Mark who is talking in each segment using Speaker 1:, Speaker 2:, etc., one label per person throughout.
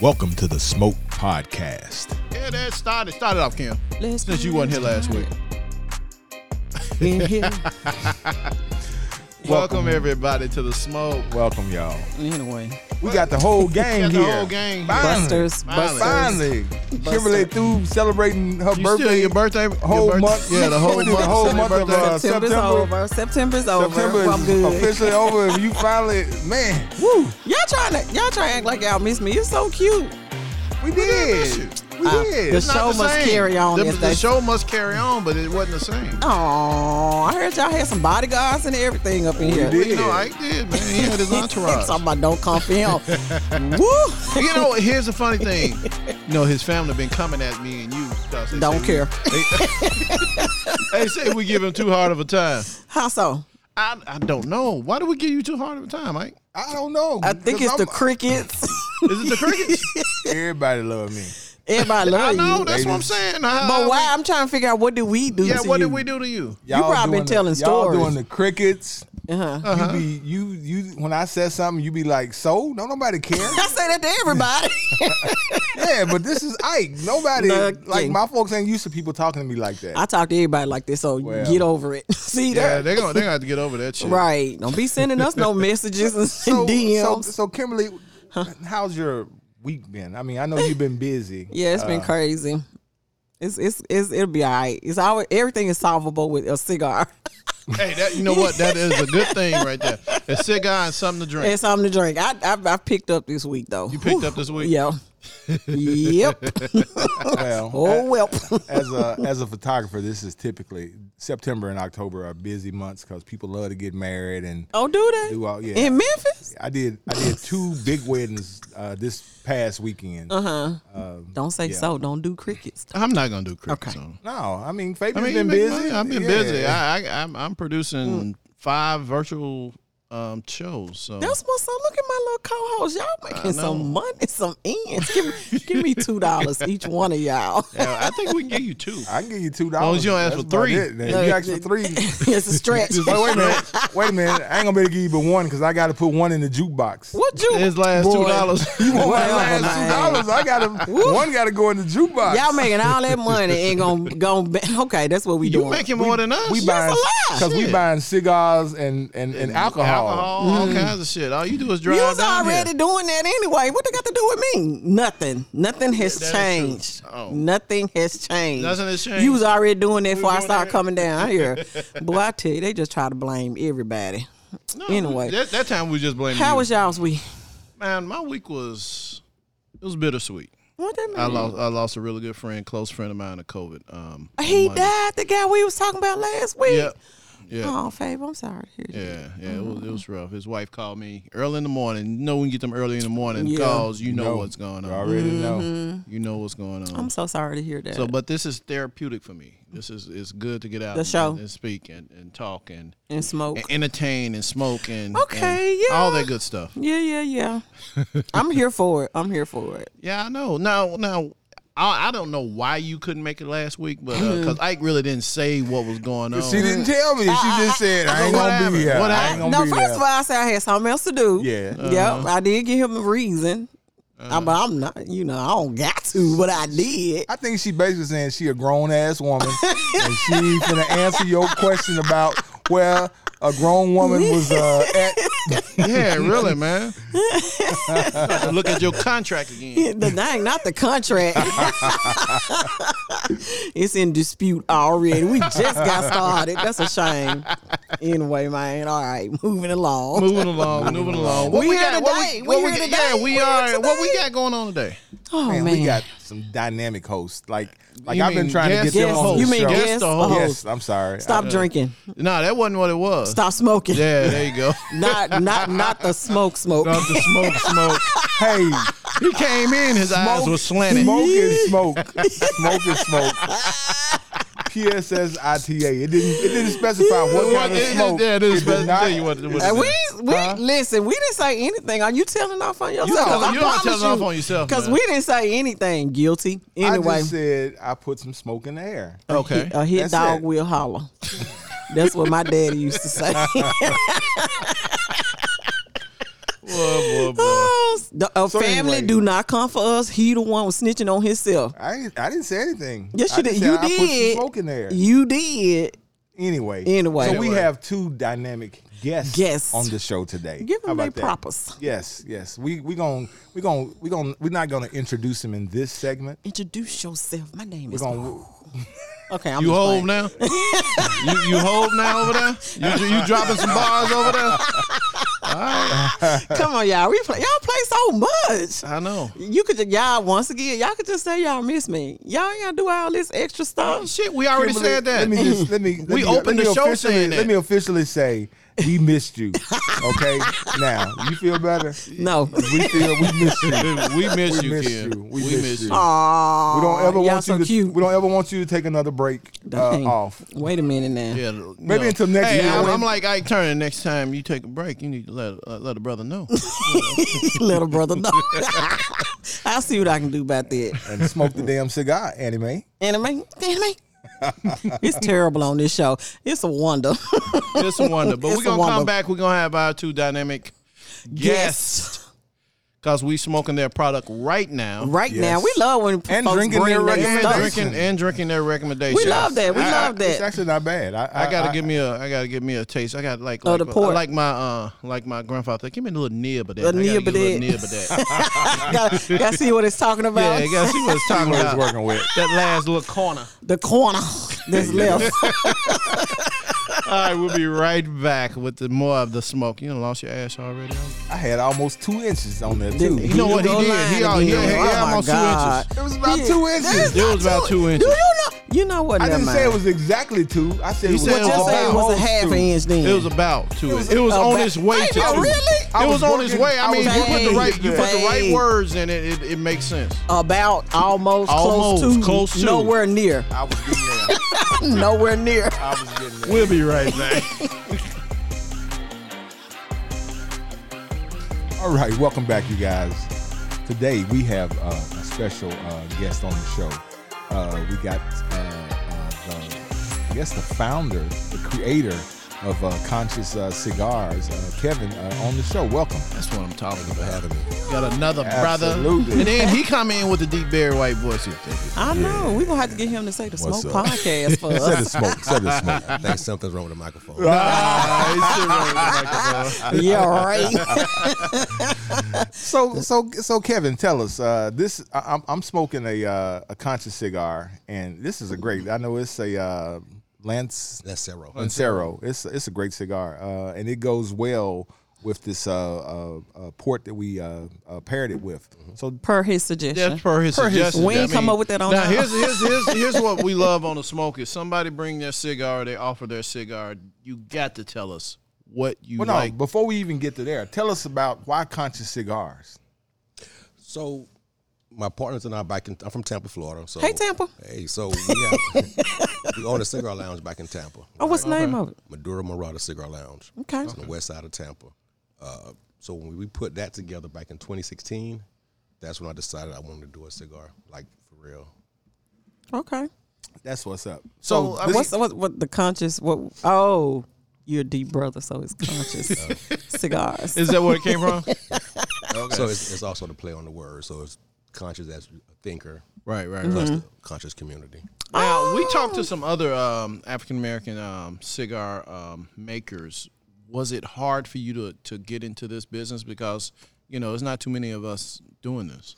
Speaker 1: Welcome to the Smoke Podcast.
Speaker 2: Yeah, that started started off, Kim.
Speaker 3: Let's
Speaker 2: Since you weren't here last week.
Speaker 3: We're here.
Speaker 2: Welcome, everybody to the smoke.
Speaker 1: Welcome, y'all.
Speaker 3: anyway,
Speaker 4: We got the whole gang
Speaker 2: Got the
Speaker 4: here.
Speaker 2: whole gang here.
Speaker 4: Finally.
Speaker 3: Busters,
Speaker 2: Finally.
Speaker 3: Busters.
Speaker 4: Finally. Kimberly through celebrating her
Speaker 2: You
Speaker 4: birthday.
Speaker 2: still your birthday
Speaker 4: whole
Speaker 2: your birth-
Speaker 4: month.
Speaker 2: Yeah, the whole
Speaker 4: We
Speaker 2: month.
Speaker 4: did the whole
Speaker 2: Sunday
Speaker 4: month of,
Speaker 2: birthday.
Speaker 4: uh,
Speaker 3: September's
Speaker 4: September.
Speaker 3: over. September's over.
Speaker 4: September
Speaker 3: Well, I'm
Speaker 4: is
Speaker 3: good.
Speaker 4: officially over. You finally, man, woo,
Speaker 3: Y'all trying to y'all trying to act like y'all miss me. You're so cute.
Speaker 4: we
Speaker 2: miss you.
Speaker 4: did. We
Speaker 3: Uh,
Speaker 4: did.
Speaker 3: the show
Speaker 2: Not the
Speaker 3: must
Speaker 2: same.
Speaker 3: carry on.
Speaker 2: The,
Speaker 3: as
Speaker 2: the
Speaker 3: they-
Speaker 2: show must carry on, but it wasn't the same.
Speaker 3: Oh, I heard y'all had some bodyguards and everything up in here.
Speaker 4: did.
Speaker 2: You know, Ike did, man. He had his entourage.
Speaker 3: Talking about don't come for him. Woo!
Speaker 2: you know, here's the funny thing. You know, his family been coming at me and you. Dawson. They
Speaker 3: Don't
Speaker 2: say
Speaker 3: care.
Speaker 2: We, they say we give him too hard of a time.
Speaker 3: How so?
Speaker 2: I, I don't know. Why do we give you too hard of a time, Ike?
Speaker 4: I don't know.
Speaker 3: I think it's
Speaker 4: because
Speaker 3: the
Speaker 4: I'm-
Speaker 3: crickets.
Speaker 2: Is it the crickets?
Speaker 4: Everybody love me.
Speaker 3: Everybody
Speaker 2: I
Speaker 3: love
Speaker 2: know.
Speaker 3: you.
Speaker 2: That's what I'm
Speaker 4: Ladies.
Speaker 2: saying.
Speaker 3: But why? I'm trying to figure out what did we do?
Speaker 2: Yeah,
Speaker 3: to
Speaker 2: what
Speaker 3: you?
Speaker 2: did we do to you?
Speaker 3: probably
Speaker 4: doing
Speaker 3: telling
Speaker 4: the,
Speaker 3: stories.
Speaker 4: Y'all doing the crickets.
Speaker 3: Uh-huh.
Speaker 2: Uh-huh.
Speaker 4: You be you you when I said something, you be like, so don't nobody care.
Speaker 3: I say that to everybody.
Speaker 4: yeah, but this is Ike. Nobody
Speaker 3: Look,
Speaker 4: like
Speaker 3: yeah.
Speaker 4: my folks ain't used to people talking to me like that.
Speaker 3: I talk to everybody like this, so
Speaker 4: Well.
Speaker 3: get over it. See
Speaker 2: Yeah,
Speaker 3: that?
Speaker 2: they're gonna they gonna have to get over that shit.
Speaker 3: Right. Don't be sending us no messages and
Speaker 4: so, so
Speaker 3: DMs.
Speaker 4: so Kimberly, how's your week been? I mean, I know you've been busy.
Speaker 3: yeah, it's
Speaker 2: Uh.
Speaker 3: been crazy. It's, it's it's it'll be all right. It's always everything is solvable with a cigar
Speaker 2: Hey, that you know what? That is a good thing right there. A cigar and something to drink.
Speaker 3: and something to drink. I I, I picked up this week though.
Speaker 2: You picked up this week.
Speaker 3: Yeah. yep.
Speaker 4: Well,
Speaker 3: Oh well.
Speaker 4: as a as a photographer, this is typically September and October are busy months because people love to get married and
Speaker 3: oh, do that
Speaker 4: do all yeah.
Speaker 3: in Memphis?
Speaker 4: I did I did two big weddings uh, this past weekend.
Speaker 3: Uh-huh. Don't say so. Don't do crickets.
Speaker 2: I'm not gonna do cricket.
Speaker 3: Okay.
Speaker 2: So.
Speaker 4: No, I mean Fabian's
Speaker 2: I mean,
Speaker 4: been busy.
Speaker 2: I've been
Speaker 4: Yeah.
Speaker 2: busy. I, I I'm, I'm
Speaker 3: Mm.
Speaker 2: producing five virtual um shows. So
Speaker 3: That's what's up. Look at my little co-host. Y'all making
Speaker 2: know.
Speaker 3: some money, some ends. Give me, give me two dollars each one of y'all.
Speaker 2: Yeah, I think we can give you two.
Speaker 4: I can give you two dollars.
Speaker 2: long as you don't ask for three.
Speaker 4: If you ask for three,
Speaker 3: it's a stretch.
Speaker 4: Wait, wait a minute. Wait a minute. I ain't gonna be able to give you but one because I gotta put one in the jukebox.
Speaker 3: What you?
Speaker 2: His last
Speaker 3: Boy,
Speaker 2: two dollars.
Speaker 4: You want
Speaker 3: Whatever,
Speaker 4: that last two dollars? I gotta one gotta go in the jukebox.
Speaker 3: Y'all making all that money ain't gonna go. Okay, that's what we
Speaker 2: You
Speaker 3: doing.
Speaker 2: making more than us.
Speaker 4: we buying
Speaker 3: a lie.
Speaker 4: because we
Speaker 2: Shit.
Speaker 4: buying cigars and and, and alcohol. Mm-hmm.
Speaker 2: alcohol, all kinds of shit. All you do is
Speaker 3: you
Speaker 2: drive.
Speaker 3: was
Speaker 2: down here.
Speaker 3: already doing that anyway. What they got to do with me? Nothing. Nothing has
Speaker 2: That is
Speaker 3: changed.
Speaker 2: true. Oh.
Speaker 3: Nothing has changed.
Speaker 2: Nothing has changed.
Speaker 3: You was already doing that before I
Speaker 2: doing
Speaker 3: started
Speaker 2: that.
Speaker 3: coming down here. Boy, I tell you, they just try to blame everybody.
Speaker 2: No,
Speaker 3: anyway.
Speaker 2: That, that time we just blamed
Speaker 3: How
Speaker 2: you.
Speaker 3: was y'all's week?
Speaker 2: Man, my week was it was bittersweet.
Speaker 3: What that mean?
Speaker 2: I lost I lost a really good friend, close friend of mine to COVID. Um, on
Speaker 3: He
Speaker 2: Monday.
Speaker 3: died. The guy we was talking about last week.
Speaker 2: Yeah, yeah,
Speaker 3: Oh, Fabe, I'm sorry. to hear that.
Speaker 2: yeah, yeah. It was, it was rough. His wife called me early in the morning. You know when you get them early in the morning
Speaker 3: Yeah.
Speaker 2: calls, you know
Speaker 4: No,
Speaker 2: what's going
Speaker 4: You
Speaker 2: on.
Speaker 4: already know.
Speaker 2: You know what's going on.
Speaker 3: I'm so sorry to hear that.
Speaker 2: so, but this is therapeutic for me. This is it's good to get out
Speaker 3: The
Speaker 2: and,
Speaker 3: show.
Speaker 2: and speak and, and talk and,
Speaker 3: and smoke.
Speaker 2: and entertain and smoke and
Speaker 3: Okay,
Speaker 2: and all
Speaker 3: yeah.
Speaker 2: that good stuff.
Speaker 3: Yeah, yeah, yeah. I'm here for it. I'm here for it.
Speaker 2: Yeah, I know. Now, now, I, I don't know why you couldn't make it last week, but
Speaker 3: Mm-hmm.
Speaker 2: because Ike really didn't say what was going on.
Speaker 4: She didn't tell me. She just said I ain't
Speaker 2: What
Speaker 4: gonna
Speaker 2: happened?
Speaker 4: be here.
Speaker 2: What
Speaker 4: I ain't
Speaker 2: happened?
Speaker 4: gonna
Speaker 3: No,
Speaker 4: be
Speaker 3: first
Speaker 4: there.
Speaker 3: of all, I said I had something else to do.
Speaker 4: Yeah. Uh-huh.
Speaker 3: Yep. I did give him a reason. I, but I'm not, you know, I don't got to, but I did.
Speaker 4: I think she basically saying she a grown ass woman and she gonna answer your question about where a grown woman was uh, at.
Speaker 2: Yeah, really, man. Got to Look at your contract again.
Speaker 3: The thing, not the contract. it's in dispute already. We just got started. That's a shame. Anyway, man. All right, moving along.
Speaker 2: Moving along, moving along. What
Speaker 3: We here
Speaker 2: got- what
Speaker 3: today. We
Speaker 2: what
Speaker 3: here
Speaker 2: got-
Speaker 3: today.
Speaker 2: Yeah, we
Speaker 3: We here
Speaker 2: are. What we
Speaker 3: today.
Speaker 2: got going on today?
Speaker 3: oh man,
Speaker 4: Man, we got some dynamic hosts. Like like
Speaker 2: You
Speaker 4: I've been
Speaker 2: mean
Speaker 4: trying to
Speaker 2: guest
Speaker 4: get them
Speaker 3: host.
Speaker 4: on the
Speaker 3: You mean
Speaker 4: show.
Speaker 3: guest
Speaker 2: Guess the host.
Speaker 3: host.
Speaker 4: Yes, I'm sorry.
Speaker 3: stop drinking.
Speaker 2: No, that wasn't what it was.
Speaker 3: Stop smoking.
Speaker 2: Yeah, there you go.
Speaker 3: Not, not, not the smoke, smoke.
Speaker 2: Off the smoke, smoke.
Speaker 4: Hey,
Speaker 2: He came in. His eyes were slanted.
Speaker 4: Smoke is smoke. smoke is smoke. PSSITA. It didn't. It didn't specify what
Speaker 2: What-
Speaker 4: kind of
Speaker 2: it- it-
Speaker 4: smoke.
Speaker 2: yeah, it
Speaker 4: did
Speaker 2: is supposed to
Speaker 4: not-
Speaker 2: tell you what- what-
Speaker 3: Uh, we we
Speaker 4: Huh?
Speaker 3: listen. We didn't say anything. Are you telling off on yourself?
Speaker 2: don't-
Speaker 3: 'Cause I
Speaker 2: you don't
Speaker 3: promise
Speaker 2: tell off
Speaker 3: you,
Speaker 2: on yourself,
Speaker 3: Because
Speaker 2: man.
Speaker 3: we didn't say anything. Guilty.
Speaker 4: I
Speaker 3: Anyway,
Speaker 4: just said I put some smoke in the air.
Speaker 2: Okay.
Speaker 3: a hit
Speaker 4: That's
Speaker 3: dog
Speaker 4: it.
Speaker 3: will holler. That's what my daddy used to say.
Speaker 2: Boy, boy, boy.
Speaker 3: oh, The uh,
Speaker 4: So
Speaker 3: family
Speaker 4: anyway.
Speaker 3: do not come for us. He the one was snitching on himself.
Speaker 4: I ain't- I didn't say anything.
Speaker 3: Yes,
Speaker 4: I
Speaker 3: you
Speaker 4: just
Speaker 3: did.
Speaker 4: said
Speaker 3: You
Speaker 4: I Put some
Speaker 3: did.
Speaker 4: smoke in there.
Speaker 3: You did.
Speaker 4: Anyway.
Speaker 3: Anyway.
Speaker 4: So we
Speaker 2: Anyway.
Speaker 4: have two dynamic guests,
Speaker 3: Guests.
Speaker 4: on the show today.
Speaker 3: Give
Speaker 4: How
Speaker 3: them their
Speaker 4: about that?
Speaker 3: props.
Speaker 4: Yes, yes. We we going we going we going we're not going to introduce him in this segment.
Speaker 3: Introduce yourself. My name
Speaker 4: We're
Speaker 3: is.
Speaker 4: going
Speaker 3: Okay, I'm
Speaker 2: You
Speaker 3: just
Speaker 2: hold
Speaker 3: playing.
Speaker 2: now? you you hold now over there? You, you dropping some bars over there?
Speaker 3: Come on, y'all. We play. Y'all play so much.
Speaker 2: I know.
Speaker 3: You could just y'all once again. Y'all could just say y'all miss me. Y'all ain't gotta do all this extra stuff.
Speaker 2: Shit, we already
Speaker 4: Kimberly,
Speaker 2: said that.
Speaker 4: Let me just let me. Let
Speaker 2: We
Speaker 4: me,
Speaker 2: opened
Speaker 4: let me
Speaker 2: the show
Speaker 4: officially-
Speaker 2: saying that.
Speaker 4: Let me officially say we missed you. Okay, now you feel better.
Speaker 3: No.
Speaker 4: We feel we missed you.
Speaker 2: we miss
Speaker 4: We
Speaker 2: you,
Speaker 4: miss
Speaker 2: Kim.
Speaker 4: you. We miss you.
Speaker 3: Aww.
Speaker 4: We don't ever
Speaker 3: y'all
Speaker 4: want
Speaker 3: so
Speaker 4: you to.
Speaker 3: cute.
Speaker 4: We don't ever want you to take another break uh,
Speaker 3: Dang.
Speaker 4: off.
Speaker 3: Wait a minute now.
Speaker 2: Yeah, you
Speaker 4: Maybe until next
Speaker 2: hey,
Speaker 4: year
Speaker 2: I'm,
Speaker 4: when-
Speaker 2: I'm like Ike Turner. Next time you take a break, you need to let uh, let a brother know.
Speaker 3: Little brother, no. I'll see what I can do about that.
Speaker 4: and smoke the damn cigar, anime.
Speaker 3: Anime, anime. it's terrible on this show. It's a wonder.
Speaker 2: Just a wonder. But
Speaker 3: It's
Speaker 2: we're
Speaker 3: a
Speaker 2: gonna
Speaker 3: wonder.
Speaker 2: come back. We're gonna have our two dynamic guests
Speaker 3: Yes.
Speaker 2: because we smoking their product right now.
Speaker 3: Right now, we
Speaker 4: Yes.
Speaker 3: love when
Speaker 4: And
Speaker 3: folks
Speaker 4: drinking
Speaker 3: bring
Speaker 4: their
Speaker 3: their
Speaker 2: And
Speaker 4: recommendations.
Speaker 3: stuff.
Speaker 2: drinking and drinking their recommendations.
Speaker 3: We love that. We
Speaker 4: I- I-
Speaker 3: love
Speaker 4: It's
Speaker 3: that.
Speaker 4: actually not bad. I,
Speaker 2: I gotta give me a I gotta give me a taste. I got like
Speaker 3: Oh,
Speaker 2: like,
Speaker 3: the port.
Speaker 2: I like my uh like my grandfather. Give me a little nib of that.
Speaker 3: A
Speaker 2: I gotta
Speaker 3: nib
Speaker 2: get
Speaker 3: of
Speaker 2: a little
Speaker 3: that.
Speaker 2: nib of that.
Speaker 3: gotta, gotta see what it's talking
Speaker 2: yeah,
Speaker 3: about.
Speaker 2: you gotta see what it's talking
Speaker 4: what it's
Speaker 2: about.
Speaker 4: working with.
Speaker 2: That last little corner.
Speaker 3: The corner that's left.
Speaker 2: All right, we'll be right back with the more of the smoke. You done lost your ass already.
Speaker 4: I had almost two inches on there too.
Speaker 2: You know what he
Speaker 3: Go
Speaker 2: did?
Speaker 3: line
Speaker 2: He, all, he,
Speaker 3: again.
Speaker 2: he, he
Speaker 3: Oh, my
Speaker 2: almost two
Speaker 3: God.
Speaker 2: inches.
Speaker 4: It was about
Speaker 3: Yeah.
Speaker 4: two inches.
Speaker 2: It was about two
Speaker 3: Do
Speaker 2: inches.
Speaker 3: you know? You know what?
Speaker 4: I
Speaker 3: never
Speaker 4: didn't say it
Speaker 3: mind.
Speaker 4: was exactly two. I said
Speaker 2: You
Speaker 4: it was,
Speaker 2: said it was
Speaker 3: Just say it was a half an inch then.
Speaker 2: It was about two. It was, on
Speaker 3: about-
Speaker 2: its way to.
Speaker 3: Oh,
Speaker 2: two.
Speaker 3: really?
Speaker 4: I
Speaker 2: It was
Speaker 4: was
Speaker 2: on its
Speaker 4: working-
Speaker 2: way.
Speaker 4: I
Speaker 2: I mean,
Speaker 4: was
Speaker 2: you put the
Speaker 3: working
Speaker 2: right you put the right
Speaker 3: today.
Speaker 2: words in it. It, it makes sense.
Speaker 3: about almost, close
Speaker 2: Almost
Speaker 3: to,
Speaker 2: close to.
Speaker 3: nowhere near,
Speaker 4: I was getting there.
Speaker 3: nowhere near.
Speaker 4: I was getting there.
Speaker 2: We'll be right back.
Speaker 4: All right, welcome back, you guys. Today we have uh, a special uh, guest on the show. Uh, we got, uh, uh, the, I guess, the founder, the creator of uh, Conscious uh, Cigars, uh, Kevin, uh, on the show. Welcome.
Speaker 2: That's what I'm talking about.
Speaker 4: Having me.
Speaker 2: Got another
Speaker 4: Absolutely.
Speaker 2: brother, and then he come in with the deep buried white voice. He thinking,
Speaker 3: I know. We're gonna have to get him to say the
Speaker 5: What's
Speaker 3: smoke
Speaker 5: up?
Speaker 3: podcast for
Speaker 4: Set
Speaker 3: us.
Speaker 4: the smoke. Set the smoke.
Speaker 5: I think something's wrong with the microphone.
Speaker 3: yeah, right.
Speaker 4: So, so, so, Kevin, tell us. Uh, this I, I'm, I'm smoking a uh, a conscious cigar, and this is a great. I know it's a uh, Lance
Speaker 5: That's zero.
Speaker 4: Lancero. It's it's a great cigar, uh, and it goes well with this uh, uh, uh, port that we uh, uh, paired it with.
Speaker 2: Mm-hmm.
Speaker 4: So
Speaker 3: Per his suggestion.
Speaker 2: That's per his suggestion.
Speaker 3: We ain't come up with that on
Speaker 2: Now
Speaker 3: our
Speaker 2: here's, here's here's here's what we love on the smoke is somebody bring their cigar, they offer their cigar. You got to tell us what you
Speaker 4: well, no,
Speaker 2: like.
Speaker 4: before we even get to there, tell us about why conscious cigars.
Speaker 5: So my partners and I back in I'm from Tampa, Florida. So
Speaker 3: Hey, Tampa.
Speaker 5: Hey, so we have we own a cigar lounge back in Tampa.
Speaker 3: Oh, what's the name of it?
Speaker 5: Maduro Morada Cigar Lounge.
Speaker 3: Okay.
Speaker 5: It's on the west side of Tampa. Uh, so when we put that together back in 2016, that's when I decided I wanted to do a cigar, like for real.
Speaker 3: Okay.
Speaker 4: That's what's up.
Speaker 2: So, uh, I
Speaker 4: this-
Speaker 3: What's what? What the conscious? What? Oh, you're a deep brother, so it's conscious cigars.
Speaker 2: is that where it came from?
Speaker 5: So it's, it's also the play on the word. So it's conscious as a thinker,
Speaker 2: right, right,
Speaker 5: plus
Speaker 3: Mm-hmm.
Speaker 5: the conscious community.
Speaker 3: Oh.
Speaker 2: Now we talked to some other um, African American um, cigar um, makers. Was it hard for you to to get into this business because you know there's not too many of us doing this?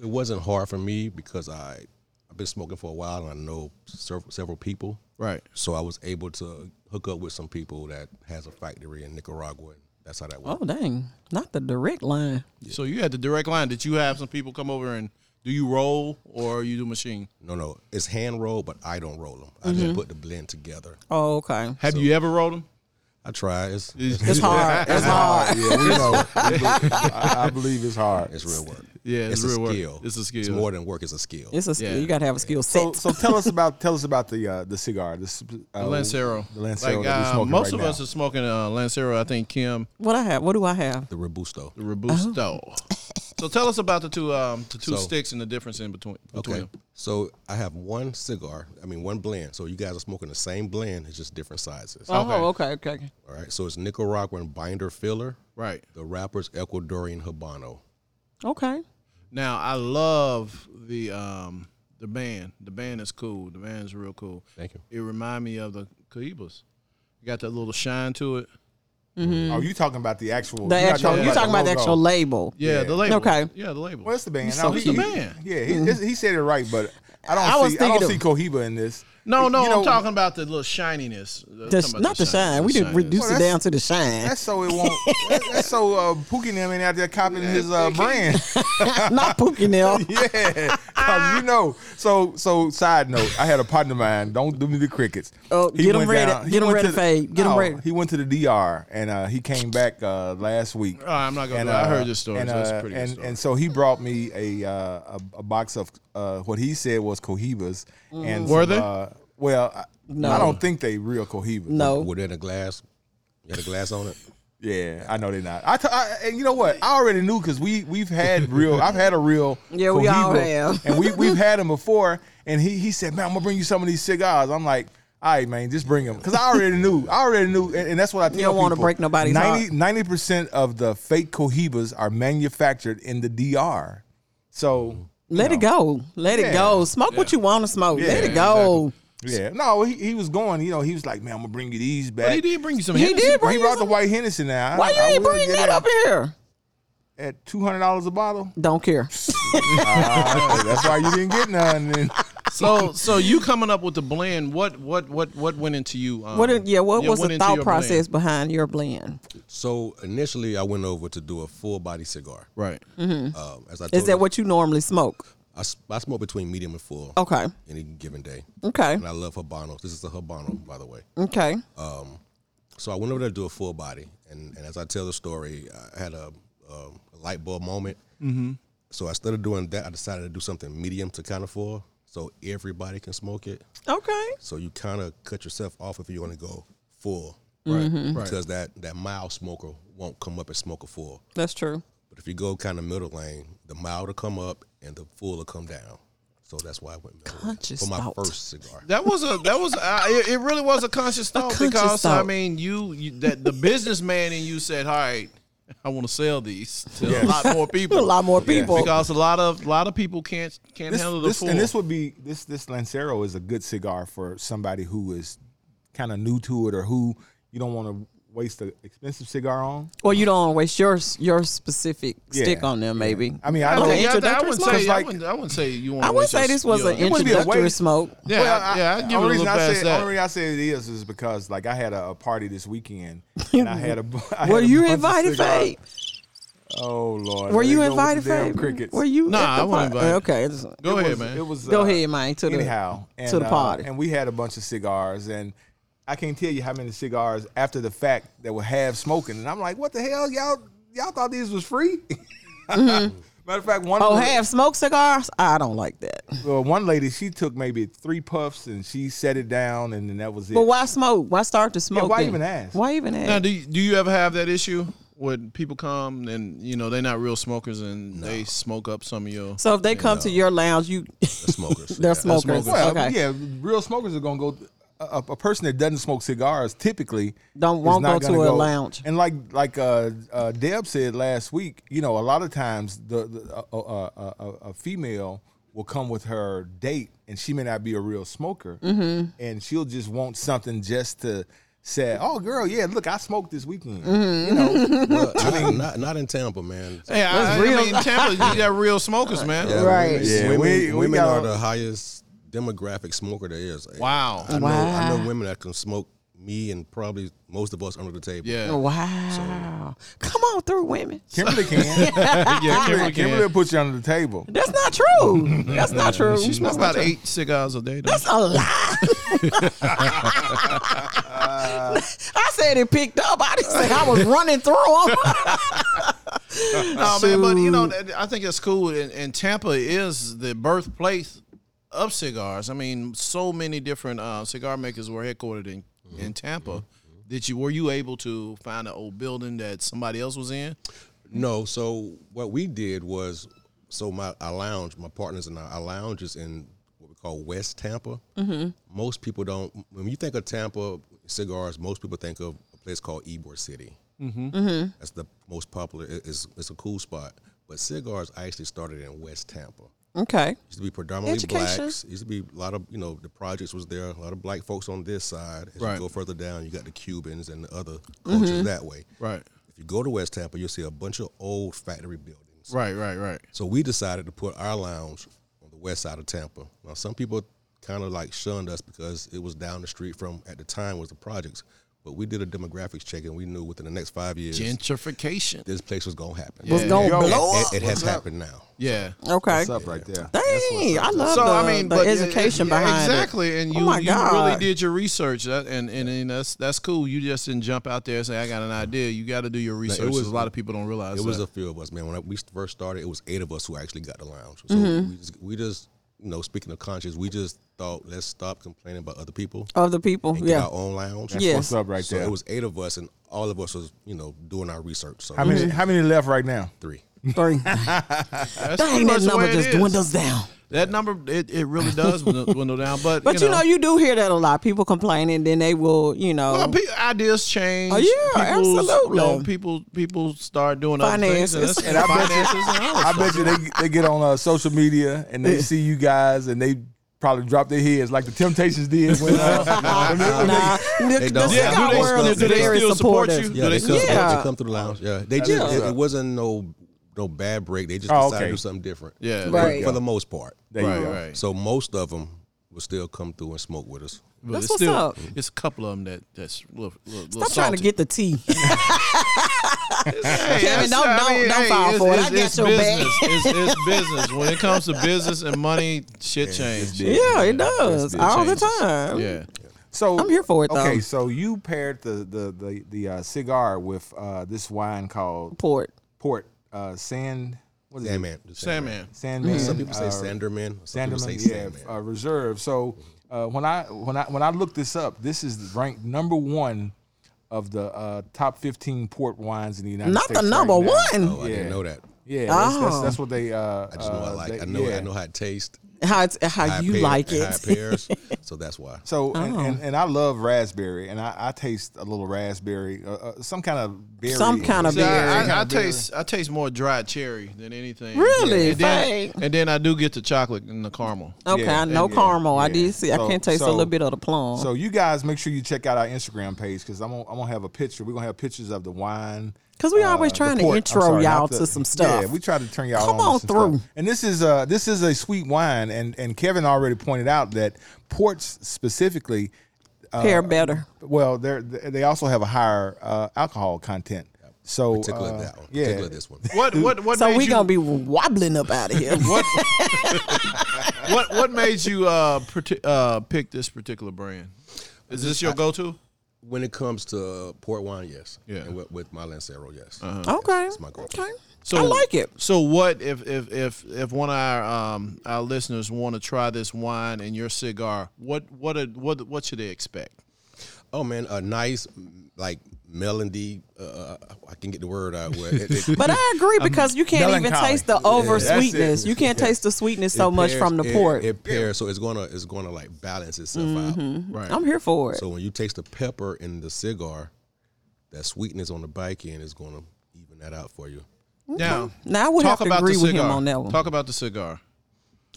Speaker 5: it wasn't hard for me because I I've been smoking for a while and I know several, several people.
Speaker 2: Right.
Speaker 5: So I was able to hook up with some people that has a factory in Nicaragua. That's how that
Speaker 3: Oh,
Speaker 5: worked.
Speaker 3: dang! Not the direct line.
Speaker 2: So you had the direct line. Did you have some people come over and do you roll or you do machine?
Speaker 5: No, no, it's hand rolled, but I don't roll them. I
Speaker 2: Mm-hmm.
Speaker 5: just put the blend together.
Speaker 3: Oh, okay.
Speaker 2: Have you ever rolled them?
Speaker 5: I try. It's it's,
Speaker 2: It's-
Speaker 3: It's hard. It's hard.
Speaker 4: yeah, we know. We do- I, I believe it's hard.
Speaker 5: it's real work.
Speaker 2: Yeah, it's
Speaker 5: a
Speaker 2: real work.
Speaker 5: skill.
Speaker 2: It's a
Speaker 5: It's
Speaker 2: skill.
Speaker 5: more than work. It's a skill.
Speaker 3: It's a skill.
Speaker 2: Yeah.
Speaker 3: You gotta have a skill set.
Speaker 4: So, so tell us about tell us about the uh, the cigar, the, s- uh,
Speaker 2: The Lancero.
Speaker 4: the Lancero
Speaker 2: Like,
Speaker 4: that we
Speaker 2: uh,
Speaker 4: smoking
Speaker 2: most
Speaker 4: right
Speaker 2: of
Speaker 4: now.
Speaker 2: us are smoking uh, Lancero. I think Kim
Speaker 3: what I have? What do I have?
Speaker 5: the robusto.
Speaker 2: the Robusto.
Speaker 4: Oh.
Speaker 2: so tell us about the two um, the two
Speaker 5: So-
Speaker 2: sticks and the difference in between. between
Speaker 5: Okay.
Speaker 2: them.
Speaker 5: So I have one cigar. I mean one blend. So you guys are smoking the same blend. It's just different sizes.
Speaker 2: Uh-huh.
Speaker 3: Oh, okay, okay. okay.
Speaker 5: All right. So it's Nicaraguan binder filler.
Speaker 2: Right.
Speaker 5: The rapper's Ecuadorian Habano.
Speaker 3: Okay.
Speaker 2: Now I love the um the band. The band is cool. The band is real cool.
Speaker 5: Thank you.
Speaker 2: It remind me of the Cohibas. You got that little shine to it.
Speaker 4: Oh, you talking about the actual?
Speaker 3: Mm-hmm. The
Speaker 4: you're not
Speaker 3: actual, you're talking about the
Speaker 4: logo.
Speaker 3: actual label.
Speaker 2: Yeah,
Speaker 4: Yeah.
Speaker 2: the label.
Speaker 3: Okay.
Speaker 2: Yeah, the label.
Speaker 4: Well, it's the band.
Speaker 3: So
Speaker 4: No,
Speaker 2: it's the band.
Speaker 4: He, yeah, he, this- he said it right, but I don't
Speaker 3: I was
Speaker 4: see. I don't see
Speaker 3: thinking
Speaker 4: Cohiba in this.
Speaker 2: no,
Speaker 4: You
Speaker 2: no,
Speaker 4: know,
Speaker 2: I'm talking about the little shininess. I'm
Speaker 3: The,
Speaker 2: talking about
Speaker 3: not the shine. We didn't
Speaker 2: shininess.
Speaker 3: reduce
Speaker 4: Well,
Speaker 3: it
Speaker 4: that's-
Speaker 3: down to the shine.
Speaker 4: That's so it won't. that- that's so uh, Pookie and them ain't out there copying his uh, brand.
Speaker 3: not Pookie now.
Speaker 4: yeah, 'Cause you know. So so side note, I had a partner of mine. Don't do me the crickets.
Speaker 3: Oh,
Speaker 4: He
Speaker 3: get 'em
Speaker 4: went
Speaker 3: ready.
Speaker 4: down- he
Speaker 3: Get 'em
Speaker 4: went
Speaker 3: ready,
Speaker 4: to the-
Speaker 3: Fade. Get 'em
Speaker 4: no,
Speaker 3: ready.
Speaker 4: He went to the DR and uh, he came back uh, last week.
Speaker 2: Oh, I'm not gonna.
Speaker 4: And,
Speaker 2: do it. I
Speaker 4: uh,
Speaker 2: heard this story.
Speaker 4: And,
Speaker 2: so that's a
Speaker 4: uh,
Speaker 2: pretty
Speaker 4: and,
Speaker 2: good story.
Speaker 4: and so he brought me a uh, a, a box of uh, what he said was cohibas. And
Speaker 2: Were
Speaker 4: some,
Speaker 2: they?
Speaker 4: Uh, well, I, I don't think they real cohibas.
Speaker 3: No.
Speaker 2: Oh.
Speaker 5: Were they in a glass? You had a glass on it?
Speaker 4: Yeah, I know they're not. I, t- I and you know what? I already knew because we we've had real. I've had a real.
Speaker 3: Yeah, we all
Speaker 4: Cohiba,
Speaker 3: have.
Speaker 4: and we we've had him before. And he he said, "Man, I'm gonna bring you some of these cigars." I'm like. All right, man, just bring them because I already knew. I already knew, and, and that's what I tell
Speaker 3: don't wanna
Speaker 4: people.
Speaker 3: break nobody's heart.
Speaker 4: 90 percent of the fake cohibas are manufactured in the DR. So
Speaker 3: Let it go. Let it
Speaker 4: Yeah.
Speaker 3: go. Smoke what you want to smoke. Let it go.
Speaker 4: yeah, no, he, he was going. You know, he was like, "Man, I'm gonna bring you these back."
Speaker 2: but he did bring you some.
Speaker 3: He
Speaker 2: Hennessy.
Speaker 3: did bring
Speaker 4: He
Speaker 3: you
Speaker 4: brought the
Speaker 3: some-
Speaker 4: white Hennessy now. I-
Speaker 3: Why
Speaker 4: I
Speaker 3: you ain't
Speaker 4: will
Speaker 3: bring
Speaker 4: get
Speaker 3: that
Speaker 4: it
Speaker 3: up in here?
Speaker 4: at two hundred dollars a bottle?
Speaker 3: Don't care.
Speaker 4: Ah, that's why you didn't get none. Then.
Speaker 2: So, so you coming up with the blend? What, what, what, what went into you? Um,
Speaker 3: What? did- Yeah. What
Speaker 2: yeah,
Speaker 3: was
Speaker 2: went
Speaker 3: the
Speaker 2: into
Speaker 3: thought
Speaker 2: your blend?
Speaker 3: process behind your blend?
Speaker 5: So initially, I went over to do a full body cigar.
Speaker 2: Right.
Speaker 3: Mm-hmm.
Speaker 5: Um, as I told
Speaker 3: Mm. Is
Speaker 5: you,
Speaker 3: that what you normally smoke?
Speaker 5: I, s- I smoke between medium and full
Speaker 3: Okay.
Speaker 5: any given day,
Speaker 3: Okay.
Speaker 5: and I love habanos. This is a habano, by the way.
Speaker 3: Okay.
Speaker 4: Uh.
Speaker 5: So I went over there to do a full body, and, and as I tell the story, I had a, um, a light bulb moment. Mm-hmm. So instead of doing that, I decided to do something medium to kind of full, so everybody can smoke it.
Speaker 3: Okay.
Speaker 5: So you kind of cut yourself off if you want to go full,
Speaker 2: Right.
Speaker 3: Mm-hmm.
Speaker 2: Right.
Speaker 5: because that that mild smoker won't come up and smoke a full.
Speaker 3: That's true.
Speaker 5: But if you go kind of middle lane, the mild will come up and the full will come down. So that's why I went middle lane
Speaker 3: Conscious
Speaker 5: for my
Speaker 3: thought.
Speaker 5: first cigar.
Speaker 2: That was a that was uh, it, it really was a conscious thought
Speaker 3: conscious
Speaker 2: because I
Speaker 3: thought.
Speaker 2: mean you, you that the businessman in you said all right I want to sell these to a lot more people
Speaker 3: A lot more people.
Speaker 2: because a lot of a lot of people can't can't
Speaker 4: This,
Speaker 2: handle the
Speaker 4: this-
Speaker 2: full
Speaker 4: and this would be this this Lancero is a good cigar for somebody who is kind of new to it or who you don't want to waste an expensive cigar on.
Speaker 3: Well, you don't want to waste your your specific
Speaker 4: Yeah.
Speaker 3: stick on them. Maybe.
Speaker 4: I mean, I
Speaker 2: I,
Speaker 4: know.
Speaker 2: don't
Speaker 3: Okay,
Speaker 2: think- yeah, I
Speaker 3: introductory
Speaker 2: wouldn't
Speaker 3: smoke.
Speaker 2: say I
Speaker 4: like-
Speaker 2: wouldn't, I wouldn't say you want
Speaker 3: I would say this was an
Speaker 4: it wouldn't be a
Speaker 3: introductory
Speaker 4: waste.
Speaker 3: smoke.
Speaker 2: yeah I, yeah I'd give it a little
Speaker 4: only reason I
Speaker 2: past
Speaker 4: said,
Speaker 2: that
Speaker 4: Only reason I said it is is because like I had a, a party this weekend and I had a. bu- I had
Speaker 3: Were
Speaker 4: a
Speaker 3: you
Speaker 4: bunch of
Speaker 3: invited,
Speaker 4: cigars.
Speaker 3: Faye?
Speaker 4: Oh lord.
Speaker 3: Were you
Speaker 4: there they go with the
Speaker 3: invited,
Speaker 4: damn
Speaker 3: Faye?
Speaker 4: Crickets.
Speaker 3: Were you?
Speaker 2: Nah,
Speaker 3: at the
Speaker 2: I wasn't
Speaker 3: party?
Speaker 2: invited.
Speaker 3: Okay. it's-
Speaker 2: go
Speaker 4: It
Speaker 2: ahead
Speaker 4: was-
Speaker 2: man
Speaker 4: It was
Speaker 3: Go
Speaker 4: uh,
Speaker 3: ahead, man, to the-
Speaker 4: anyhow and,
Speaker 3: to the
Speaker 4: uh,
Speaker 3: party.
Speaker 4: and we had a bunch of cigars, and I can't tell you how many cigars after the fact that were half smoking, and I'm like, what the hell, y'all y'all thought these was free? Matter of fact, one
Speaker 3: Oh,
Speaker 4: of the-
Speaker 3: half smoked cigars? I don't like that.
Speaker 4: well, one lady she took maybe three puffs and she set it down, and then that was it.
Speaker 3: But why smoke? Why start to smoke?
Speaker 4: why
Speaker 3: then?
Speaker 4: even ask?
Speaker 3: Why even ask?
Speaker 2: now do you, do you ever have that issue when people come and you know they're not real smokers and they smoke up some of your
Speaker 3: so if they come to your lounge, you
Speaker 5: The smokers.
Speaker 3: they're
Speaker 5: yeah.
Speaker 3: smokers.
Speaker 4: Well,
Speaker 3: okay.
Speaker 4: yeah, real smokers are gonna go. A, a person that doesn't smoke cigars typically
Speaker 3: Don't-
Speaker 4: is
Speaker 3: won't
Speaker 4: not
Speaker 3: go
Speaker 4: gonna
Speaker 3: to a lounge.
Speaker 4: And like like uh, uh, Deb said last week, you know, a lot of times the, the uh, uh, uh, uh, a female will come with her date, and she may not be a real smoker,
Speaker 3: Mm-hmm.
Speaker 4: and she'll just want something just to say, "Oh, girl, yeah, look, I smoked this weekend."
Speaker 3: Mm-hmm.
Speaker 4: You know,
Speaker 5: Well, not, not, not in Tampa, man.
Speaker 2: hey I, I mean Tampa you got real smokers man
Speaker 5: Yeah,
Speaker 3: Right.
Speaker 5: women-
Speaker 4: Yeah,
Speaker 5: women,
Speaker 4: we- we
Speaker 5: women
Speaker 4: got-
Speaker 5: are the highest demographic smoker there is.
Speaker 2: wow
Speaker 5: I know, I
Speaker 3: Wow.
Speaker 5: know women that can smoke me and probably most of us under the table.
Speaker 2: yeah
Speaker 3: Wow. Come on through, women.
Speaker 4: Kimberly can.
Speaker 2: yeah
Speaker 4: Kimberly,
Speaker 2: Kimberly
Speaker 4: Kimberly
Speaker 2: can.
Speaker 4: will put you under the table.
Speaker 3: That's not true. That's not true.
Speaker 2: She smokes about eight cigars a day. Though.
Speaker 3: That's a lie. I said it picked up. I didn't say I was running through them.
Speaker 2: No, Oh, man, but you know, that- I think it's cool. And, and Tampa is the birthplace of cigars. I mean, so many different uh, cigar makers were headquartered in,
Speaker 5: Mm-hmm.
Speaker 2: in Tampa. Did you were you able to find an old building that somebody else was in?
Speaker 5: No, so what we did was, so my our lounge, my partners and I, our lounge is in what we call West Tampa. Mm-hmm. Most people don't. When you think of Tampa cigars, most people think of a place called Ybor City. Mm-hmm. That's the most popular. it- It's it's a cool spot, But cigars actually started in West Tampa.
Speaker 3: Okay.
Speaker 5: Used to be predominantly
Speaker 3: Education.
Speaker 5: blacks. Used to be a lot of you know the projects was there. A lot of black folks on this side. As
Speaker 2: Right.
Speaker 5: you go further down, you got the Cubans and the other cultures that way.
Speaker 2: Right.
Speaker 5: If you go to West Tampa, you'll see a bunch of old factory buildings.
Speaker 2: Right. Right. Right.
Speaker 5: So we decided to put our lounge on the west side of Tampa. Now some people kind of like shunned us because it was down the street from at the time was the projects. But we did a demographics check and we knew within the next five years
Speaker 2: Gentrification.
Speaker 5: this place was gonna happen.
Speaker 3: Was
Speaker 2: Yeah.
Speaker 3: gonna
Speaker 2: Yo,
Speaker 3: blow
Speaker 5: It,
Speaker 3: up.
Speaker 5: it has happened now.
Speaker 2: Yeah.
Speaker 3: Okay.
Speaker 4: What's up right there?
Speaker 3: Dang, I love
Speaker 2: So
Speaker 3: the,
Speaker 2: I mean,
Speaker 3: the
Speaker 2: but
Speaker 3: education
Speaker 2: yeah,
Speaker 3: behind
Speaker 2: exactly,
Speaker 3: it.
Speaker 2: and
Speaker 3: Oh
Speaker 2: you,
Speaker 3: my
Speaker 2: you really
Speaker 3: God.
Speaker 2: did your research, that, and, and and that's that's cool. You just didn't jump out there and say I got an idea. You got to do your research.
Speaker 5: was-
Speaker 2: 'cause a lot of people don't realize
Speaker 5: It was
Speaker 2: that.
Speaker 5: a few of us, man. When I, we first started, it was eight of us who actually got the lounge. So
Speaker 3: Mm-hmm.
Speaker 5: we, just, we just, you know, speaking of conscience, we just thought let's stop complaining about other people
Speaker 3: of the people.
Speaker 5: and get
Speaker 3: Yeah.
Speaker 5: our own lounge.
Speaker 3: Yeah.
Speaker 4: What's up right
Speaker 5: So
Speaker 4: there?
Speaker 5: it was eight of us, and all of us was you know doing our research. So
Speaker 4: how
Speaker 3: Mm-hmm.
Speaker 4: many? How many left right now?
Speaker 5: three.
Speaker 3: Three.
Speaker 2: That's pretty
Speaker 3: Dang,
Speaker 2: much
Speaker 3: that
Speaker 2: the way
Speaker 3: number
Speaker 2: it
Speaker 3: just
Speaker 2: is.
Speaker 3: dwindles down.
Speaker 2: That number, it, it really does dwindle dwindle down. But
Speaker 3: But you know, you do hear that a lot. People complain, and then they will, you know,
Speaker 2: Well, pe- ideas change.
Speaker 3: Oh, yeah,
Speaker 2: People's-
Speaker 3: absolutely.
Speaker 2: You know, people people start doing other
Speaker 3: Finances.
Speaker 2: things, and,
Speaker 4: And I
Speaker 2: that's,
Speaker 4: bet you-
Speaker 2: finances and all that
Speaker 4: I
Speaker 2: stuff.
Speaker 4: bet you they they get on uh, social media and they see you guys and they probably drop their heads like the Temptations did when uh, when they- when they-
Speaker 3: nah, the,
Speaker 5: They
Speaker 3: the
Speaker 5: don't.
Speaker 2: Yeah,
Speaker 3: cigar
Speaker 2: do they,
Speaker 3: world
Speaker 2: still,
Speaker 3: is
Speaker 2: do they
Speaker 3: very
Speaker 2: still support
Speaker 3: supportive.
Speaker 2: you?
Speaker 5: Yeah,
Speaker 2: do
Speaker 5: they,
Speaker 2: they
Speaker 5: come,
Speaker 2: still
Speaker 3: Yeah.
Speaker 5: They, come through the lounge. Yeah, they just
Speaker 4: what's
Speaker 5: it,
Speaker 4: up.
Speaker 5: it wasn't no no bad break. They just
Speaker 4: Oh,
Speaker 5: decided
Speaker 4: okay.
Speaker 5: to do something different.
Speaker 2: Yeah,
Speaker 5: for,
Speaker 3: Right.
Speaker 5: for the most part.
Speaker 4: there
Speaker 2: right,
Speaker 4: you go.
Speaker 2: right.
Speaker 5: So most of them will still come through and smoke with us.
Speaker 4: Mm-hmm.
Speaker 2: But
Speaker 3: That's
Speaker 2: it's
Speaker 3: what's
Speaker 2: still,
Speaker 3: up.
Speaker 2: It's a couple of them that that's little, little, little
Speaker 3: Stop trying to
Speaker 2: salty.
Speaker 3: get the tea.
Speaker 2: Hey,
Speaker 3: Kevin,
Speaker 2: that's-
Speaker 3: don't- don't- don't fall
Speaker 2: it's-
Speaker 3: for it. I
Speaker 2: it's-
Speaker 3: got
Speaker 2: it's
Speaker 3: your back.
Speaker 2: business. It's, it's business. When it comes to business and money, shit changes.
Speaker 4: big.
Speaker 3: yeah, it does
Speaker 2: it
Speaker 3: all the
Speaker 2: changes.
Speaker 3: time.
Speaker 2: Yeah.
Speaker 4: So
Speaker 3: I'm here for it, though.
Speaker 4: Okay, so you paired the the the, the uh, cigar with uh, this wine called
Speaker 3: Port.
Speaker 4: Port uh, Sand. What is it?
Speaker 5: Sandman. just
Speaker 2: Sandman.
Speaker 4: Sandman.
Speaker 5: Some people say
Speaker 4: uh,
Speaker 5: Sanderman. Some
Speaker 4: Sanderman,
Speaker 5: people say
Speaker 4: yeah,
Speaker 5: Sandman.
Speaker 4: uh, reserve. So uh, when I when I when I looked this up, this is ranked number one of the uh, top fifteen port wines in the United
Speaker 3: Not
Speaker 4: States.
Speaker 3: the number
Speaker 4: right now.
Speaker 5: oh,
Speaker 3: one.
Speaker 5: I
Speaker 4: yeah.
Speaker 5: didn't know that.
Speaker 4: Yeah, that's, that's,
Speaker 3: Oh.
Speaker 4: that's what they. Uh,
Speaker 5: I just know I
Speaker 4: uh,
Speaker 5: like.
Speaker 4: they-
Speaker 5: I know.
Speaker 4: yeah.
Speaker 5: I know how it tastes.
Speaker 3: How it's, how
Speaker 5: how it
Speaker 3: you
Speaker 5: pair-
Speaker 3: like
Speaker 5: and How it
Speaker 3: it?
Speaker 5: pairs. so that's why.
Speaker 3: Oh.
Speaker 4: So and, and, and I love raspberry, and I, I taste a little raspberry, uh, uh, some kind of berry,
Speaker 3: Some kind of
Speaker 2: See, I,
Speaker 3: berry.
Speaker 2: I, I taste I taste more dried cherry than anything.
Speaker 3: Really?
Speaker 2: And then,
Speaker 3: Fake.
Speaker 2: and then I do get the chocolate and the caramel.
Speaker 3: Okay,
Speaker 4: Yeah,
Speaker 3: I know
Speaker 4: yeah,
Speaker 3: caramel. I
Speaker 4: yeah.
Speaker 3: did see.
Speaker 4: So-
Speaker 3: I can taste a
Speaker 4: so-
Speaker 3: little bit of the plum.
Speaker 4: So you guys make sure you check out our Instagram page because I'm gonna, I'm gonna have a picture. We're gonna have pictures of the wine.
Speaker 3: 'Cause we
Speaker 4: uh,
Speaker 3: always
Speaker 4: the
Speaker 3: trying to
Speaker 4: port. I'm
Speaker 3: intro
Speaker 4: sorry,
Speaker 3: y'all
Speaker 4: not the-
Speaker 3: to some stuff.
Speaker 4: Yeah, we try to turn y'all
Speaker 3: Come
Speaker 4: on, to
Speaker 3: on
Speaker 4: some
Speaker 3: through.
Speaker 4: stuff. And this is uh this is a sweet wine, and and Kevin already pointed out that ports specifically, uh,
Speaker 3: Pair better.
Speaker 4: well, they they also have a higher uh, alcohol content. So
Speaker 5: Particular
Speaker 4: uh,
Speaker 5: that one.
Speaker 4: yeah,
Speaker 5: Particular this one.
Speaker 2: What what what
Speaker 3: So
Speaker 2: made
Speaker 3: we
Speaker 2: you,
Speaker 3: gonna be wobbling up out of here.
Speaker 2: what what what made you uh, parti- uh pick this particular brand? Is this your go to?
Speaker 5: When it comes to uh, port wine, yes.
Speaker 2: Yeah.
Speaker 5: And with, with my Lancero, yes.
Speaker 3: Okay.
Speaker 5: It's my go-to.
Speaker 3: Okay. I like it.
Speaker 2: So what if if if if one of our um our listeners want to try this wine and your cigar? What what a, what what should they expect?
Speaker 5: Oh man, a nice m- like melody. Uh, I can get the word out. Where it, it,
Speaker 3: But I agree because you can't even
Speaker 4: melancholy.
Speaker 3: taste the
Speaker 4: Yeah,
Speaker 3: over
Speaker 4: that's it.
Speaker 3: sweetness. You can't taste the sweetness so much from the
Speaker 5: it-
Speaker 3: port.
Speaker 5: It, pairs, so it's gonna it's gonna like balance itself out.
Speaker 2: Right.
Speaker 3: I'm here for it.
Speaker 5: So when you taste the pepper in the cigar, that sweetness on the back end is gonna even that out for you.
Speaker 2: Now
Speaker 3: now I would
Speaker 2: talk
Speaker 3: have to
Speaker 2: about
Speaker 3: agree
Speaker 2: the
Speaker 3: with
Speaker 2: cigar.
Speaker 3: him on that one.
Speaker 2: Talk about the cigar.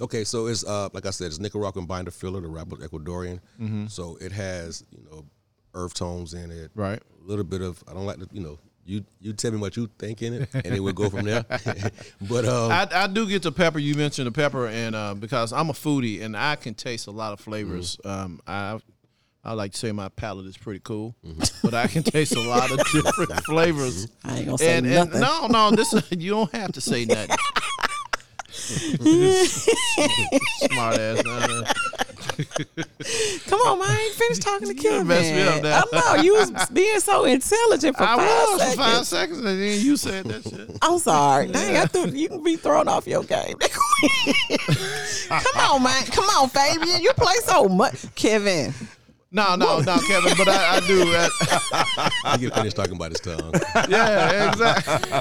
Speaker 5: Okay, so it's uh like I said, it's Nicaraguan binder filler, the wrapper Ecuadorian.
Speaker 2: Mm-hmm.
Speaker 5: So it has you know earth tones in it,
Speaker 2: Right.
Speaker 5: A little bit of I don't like the you know you you tell me what you think in it, and it would go from there. but um,
Speaker 2: I, I do get the pepper. You mentioned the pepper, and uh, because I'm a foodie and I can taste a lot of flavors. Um, I I like to say my palate is pretty cool, but I can taste a lot of different flavors.
Speaker 3: I ain't gonna say
Speaker 2: And, and
Speaker 3: nothing.
Speaker 2: no, no, this you don't have to say nothing. Smart ass. uh,
Speaker 3: Come on, man. I ain't finished talking to Kevin.
Speaker 2: messed me up now.
Speaker 3: I know you was being so intelligent for
Speaker 2: I
Speaker 3: five
Speaker 2: was
Speaker 3: seconds.
Speaker 2: for five seconds, and then you said that shit.
Speaker 3: I'm sorry. Dang, I threw, you can be thrown off your game. Come on, man. Come on, Fabian. You play so much, Kevin.
Speaker 2: No, no, no, Kevin. But I, I do. uh, I, Mm-hmm.
Speaker 5: you can finish talking about his tongue.
Speaker 2: yeah, exactly.